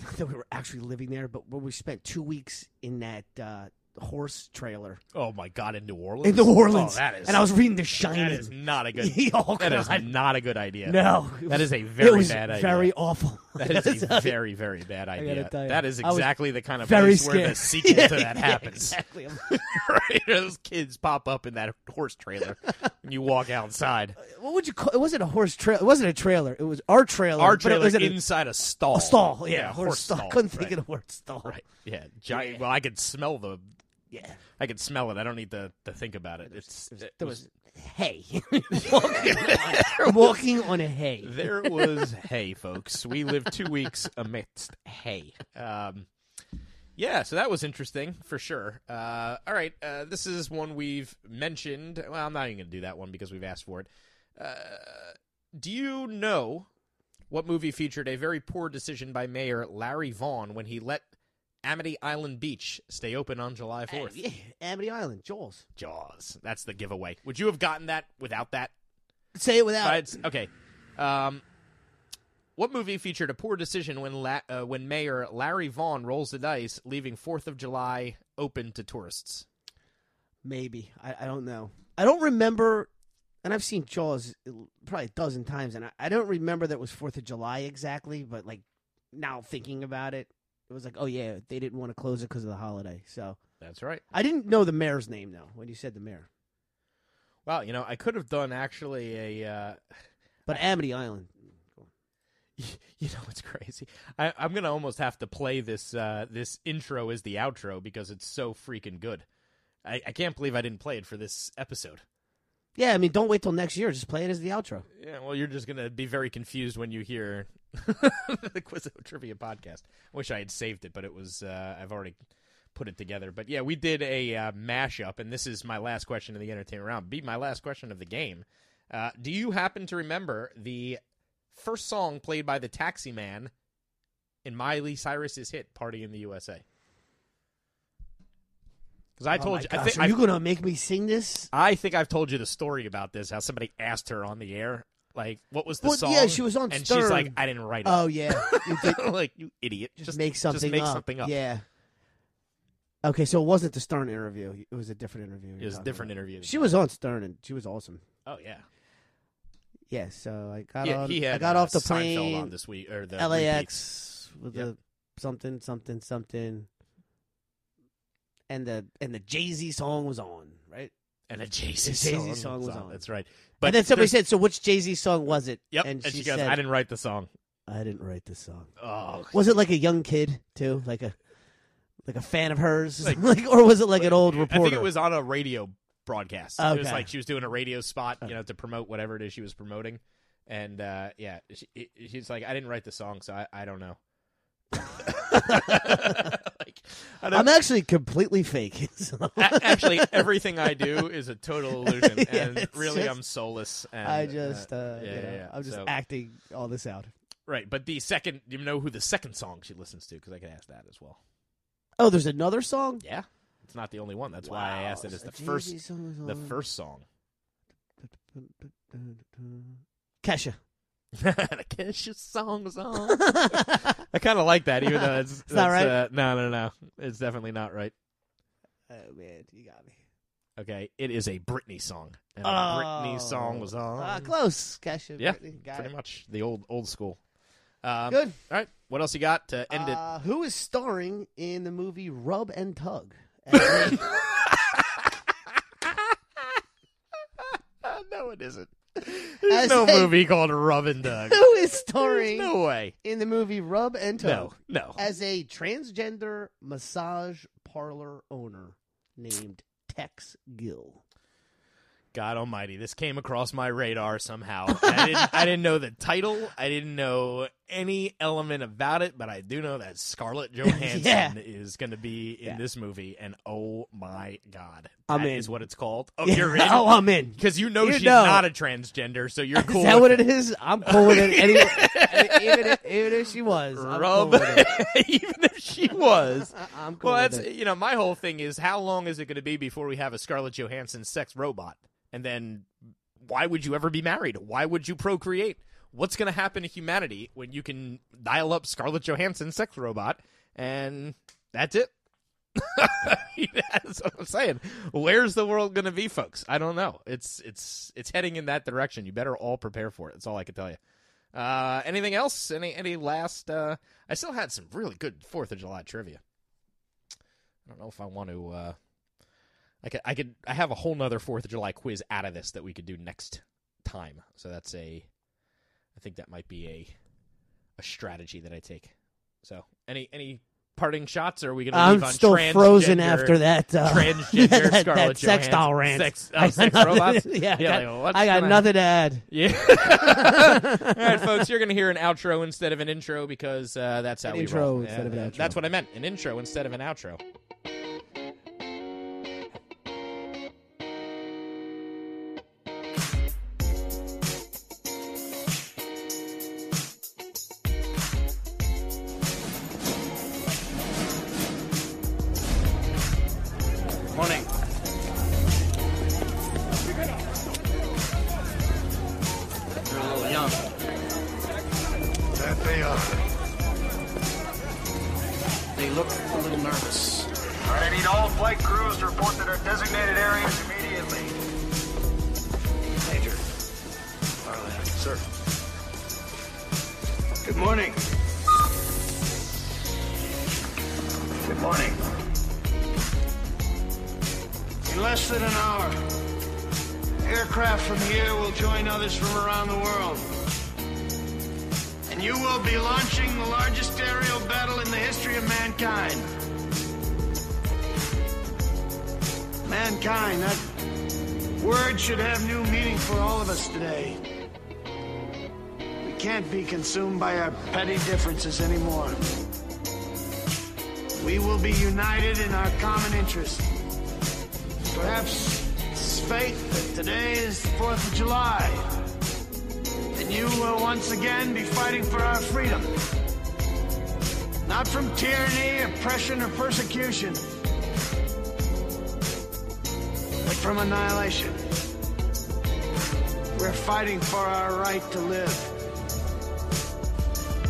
Speaker 3: not that we were actually living there, but when we spent 2 weeks in that uh horse trailer
Speaker 11: Oh my god, in New Orleans.
Speaker 3: in New Orleans.
Speaker 11: Oh, that is.
Speaker 3: And I was reading The Shining.
Speaker 11: That is not a good.
Speaker 3: Oh,
Speaker 11: that is
Speaker 3: God.
Speaker 11: not a good idea.
Speaker 3: No.
Speaker 11: that is a
Speaker 3: It
Speaker 11: very
Speaker 3: was
Speaker 11: bad idea.
Speaker 3: very awful.
Speaker 11: That is a
Speaker 3: That's-
Speaker 11: very very bad
Speaker 3: gotta
Speaker 11: idea.
Speaker 3: tell you,
Speaker 11: That is
Speaker 3: I was
Speaker 11: exactly the kind of
Speaker 3: very
Speaker 11: place where the
Speaker 3: scared.
Speaker 11: sequel
Speaker 3: Yeah,
Speaker 11: to that
Speaker 3: yeah,
Speaker 11: happens.
Speaker 3: exactly.
Speaker 11: right, those kids pop up in that horse trailer, and you walk outside.
Speaker 3: What would you call it? wasn't a horse trailer. It wasn't a trailer. It was our trailer.
Speaker 11: Our
Speaker 3: but it
Speaker 11: trailer
Speaker 3: was at a-
Speaker 11: inside a stall.
Speaker 3: A stall, yeah,
Speaker 11: Yeah,
Speaker 3: a horse,
Speaker 11: horse
Speaker 3: stall.
Speaker 11: stall,
Speaker 3: Couldn't think
Speaker 11: right.
Speaker 3: of the word stall.
Speaker 11: Right. Yeah. Giant. Well, I could smell the.
Speaker 3: Yeah.
Speaker 11: I could smell it. I don't need to, to think about it. It's it
Speaker 3: There
Speaker 11: was
Speaker 3: was hay. walking, on, walking on a hay.
Speaker 11: There was hay, folks. We lived two weeks amidst hay. Um, yeah, so that was interesting for sure. Uh, all right, uh, this is one we've mentioned. Well, I'm not even going to do that one because we've asked for it. Uh, do you know what movie featured a very poor decision by Mayor Larry Vaughn when he let Amity Island Beach stay open on July 4th?
Speaker 3: Yeah, Amity Island, Jaws.
Speaker 11: Jaws. That's the giveaway. Would you have gotten that without that?
Speaker 3: Say it without.
Speaker 11: But, okay. Um, what movie featured a poor decision when La- uh, when Mayor Larry Vaughn rolls the dice, leaving Fourth of July open to tourists?
Speaker 3: Maybe I, I don't know. I don't remember, and I've seen Jaws probably a dozen times, and I, I don't remember that it was Fourth of July exactly. But like now thinking about it, it was like, oh yeah, they didn't want to close it because of the holiday. So
Speaker 11: That's right.
Speaker 3: I didn't know the mayor's name though when you said the mayor.
Speaker 11: Wow, you know, I could have done actually a. Uh,
Speaker 3: But Amity Island,
Speaker 11: you know, it's crazy. I, I'm gonna almost have to play this uh, this intro as the outro because it's so freaking good. I, I can't believe I didn't play it for this episode.
Speaker 3: yeah. I mean, don't wait till next year. Just play it as the outro.
Speaker 11: Yeah, well, you're just gonna be very confused when you hear the Quizzo Trivia podcast. I wish I had saved it, but it was uh, I've already put it together. But yeah, we did a uh, mashup, and this is my last question of the entertainment round. Be my last question of the game. Uh, do you happen to remember the first song played by the Taxi Man in Miley Cyrus's hit "Party in the USA"? Because I
Speaker 3: Oh
Speaker 11: told
Speaker 3: my
Speaker 11: you, I
Speaker 3: gosh,
Speaker 11: think
Speaker 3: are
Speaker 11: I-
Speaker 3: you gonna make me sing this?
Speaker 11: I think I've told you the story about this. How somebody asked her on the air, like, what was the
Speaker 3: Well,
Speaker 11: song?
Speaker 3: yeah, she was on
Speaker 11: and she's
Speaker 3: Stern.
Speaker 11: like, I didn't write it.
Speaker 3: Oh yeah, you did.
Speaker 11: like you idiot.
Speaker 3: just, make something
Speaker 11: Just make
Speaker 3: up.
Speaker 11: something up.
Speaker 3: Yeah. Okay, so it wasn't the Stern interview. It was a different interview. you're
Speaker 11: It was a
Speaker 3: talking
Speaker 11: different
Speaker 3: about.
Speaker 11: interview.
Speaker 3: She was on Stern and she was awesome.
Speaker 11: Oh yeah.
Speaker 3: Yeah, so I got
Speaker 11: yeah,
Speaker 3: on.
Speaker 11: he had
Speaker 3: I got
Speaker 11: uh,
Speaker 3: off the
Speaker 11: Seinfeld
Speaker 3: plane.
Speaker 11: on this week or the
Speaker 3: LAX with
Speaker 11: Yep.
Speaker 3: the something something something, and the and the Jay Z song was on right.
Speaker 11: repeats. and a Jay Z
Speaker 3: The Jay-Z
Speaker 11: song,
Speaker 3: song was on.
Speaker 11: That's right.
Speaker 3: But and then somebody said,
Speaker 11: there's-
Speaker 3: "So which Jay Z song was it?"
Speaker 11: "Yep,"
Speaker 3: and, she,
Speaker 11: goes,
Speaker 3: said,
Speaker 11: "I didn't write the song."
Speaker 3: I didn't write this song."
Speaker 11: Oh,
Speaker 3: Was it like a young kid too, like a like a fan of hers, like, or was it like an old reporter?
Speaker 11: I think it was on a radio broadcast. It was
Speaker 3: Okay.
Speaker 11: like she was doing a radio spot, you know, to promote whatever it is she was promoting. And uh, yeah, she, it- she's like, I didn't write the song, so I, I don't know. like, I don't,
Speaker 3: I'm actually completely fake. so-
Speaker 11: a- actually everything I do is a total illusion,
Speaker 3: Yeah,
Speaker 11: and
Speaker 3: it's
Speaker 11: really
Speaker 3: just-
Speaker 11: I'm soulless. And,
Speaker 3: I just, uh,
Speaker 11: yeah,
Speaker 3: you know,
Speaker 11: yeah, yeah.
Speaker 3: I'm just
Speaker 11: So-
Speaker 3: acting all this out.
Speaker 11: Right, but the second, you know who the second song she listens to? Because I could ask that as well.
Speaker 3: Oh, there's another song.
Speaker 11: Yeah, it's not the only one. That's why I
Speaker 3: Wow,
Speaker 11: asked it.
Speaker 3: so
Speaker 11: It's the
Speaker 3: Jay-Z
Speaker 11: first,
Speaker 3: song is
Speaker 11: the
Speaker 3: on.
Speaker 11: first song.
Speaker 3: Kesha.
Speaker 11: the Kesha song was on. I kind of like that, even though it's,
Speaker 3: It's not
Speaker 11: that's,
Speaker 3: right?
Speaker 11: Uh, no, no, no, it's definitely not right.
Speaker 3: Oh man, you got me.
Speaker 11: Okay, it is a Britney song. And
Speaker 3: oh,
Speaker 11: Britney song was on.
Speaker 3: Ah, close. Kesha.
Speaker 11: Yeah,
Speaker 3: Britney, got
Speaker 11: pretty
Speaker 3: it.
Speaker 11: much the old old school. Um,
Speaker 3: Good.
Speaker 11: All right, what else you got to end it?
Speaker 3: Uh, who is starring in the movie Rub and Tug? As-
Speaker 11: no, it isn't.
Speaker 3: as
Speaker 11: There's no
Speaker 3: a-
Speaker 11: movie called Rub and Doug.
Speaker 3: who is starring
Speaker 11: no way.
Speaker 3: in the movie Rub and
Speaker 11: No,
Speaker 3: Tug
Speaker 11: no.
Speaker 3: as a transgender massage parlor owner named Tex Gill.
Speaker 11: God Almighty, this came across my radar somehow. I didn't, I didn't know the title. I didn't know any element about it, but I do know that Scarlett Johansson
Speaker 3: Yeah.
Speaker 11: is going to be in
Speaker 3: Yeah.
Speaker 11: this movie. And oh my God,
Speaker 3: I'm
Speaker 11: that
Speaker 3: in.
Speaker 11: is what it's called. Oh,
Speaker 3: Yeah.
Speaker 11: you're in.
Speaker 3: Oh, I'm in.
Speaker 11: because you know
Speaker 3: You
Speaker 11: she's
Speaker 3: know.
Speaker 11: not a transgender, so you're cool.
Speaker 3: is that
Speaker 11: with
Speaker 3: what it is? I'm cool with it. Any, even, if, even if she was, I'm cool
Speaker 11: Rub,
Speaker 3: with it.
Speaker 11: even if she was.
Speaker 3: I'm cool
Speaker 11: Well,
Speaker 3: with
Speaker 11: that's
Speaker 3: it.
Speaker 11: you know my whole thing is how long is it going to be before we have a Scarlett Johansson sex robot, and then why would you ever be married? Why would you procreate? What's going to happen to humanity when you can dial up Scarlett Johansson sex robot, and that's it? that's what I'm saying. Where's the world going to be, folks? I don't know. It's it's it's heading in that direction. You better all prepare for it. That's all I can tell you. Uh, anything else? Any any last? Uh, I still had some really good Fourth of July trivia. I don't know if I want to. Uh, I could. I could. I have a whole nother Fourth of July quiz out of this that we could do next time. So that's a. I think that might be a, a strategy that I take. So any any parting shots? Or are we going to?
Speaker 3: I'm
Speaker 11: leave on
Speaker 3: still frozen
Speaker 11: transgender-
Speaker 3: after that. Uh,
Speaker 11: transgender
Speaker 3: that, that
Speaker 11: Scarlett
Speaker 3: sex doll
Speaker 11: Johansson.
Speaker 3: rant.
Speaker 11: Sex- oh,
Speaker 3: I got
Speaker 11: sex
Speaker 3: nothing-
Speaker 11: robots?
Speaker 3: yeah,
Speaker 11: Yeah,
Speaker 3: I got,
Speaker 11: like, what's
Speaker 3: I got
Speaker 11: gonna
Speaker 3: nothing to add.
Speaker 11: Yeah. All right, folks, you're going to hear an outro instead of an intro because uh, that's how
Speaker 3: An
Speaker 11: we
Speaker 3: intro
Speaker 11: roll.
Speaker 3: instead
Speaker 11: Yeah,
Speaker 3: of an outro.
Speaker 11: That's what I meant. An intro instead of an outro.
Speaker 1: Morning. You're a little young.
Speaker 5: That they are.
Speaker 1: They look a little nervous.
Speaker 4: I need all flight crews to report to their designated areas immediately.
Speaker 5: Major. Farland. Sir. Good morning. Good morning. In less than an hour, aircraft from here will join others from around the world. And you will be launching the largest aerial battle in the history of mankind. Mankind, that Word should have new meaning for all of us today. We can't be consumed by our petty differences anymore. We will be united in our common interest. Perhaps it's fate that today is the 4th of July, and you will once again be fighting for our freedom. Not from tyranny, oppression, or persecution but from annihilation. We're fighting for our right to live,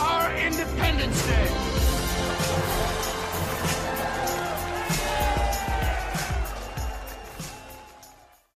Speaker 5: our Independence Day.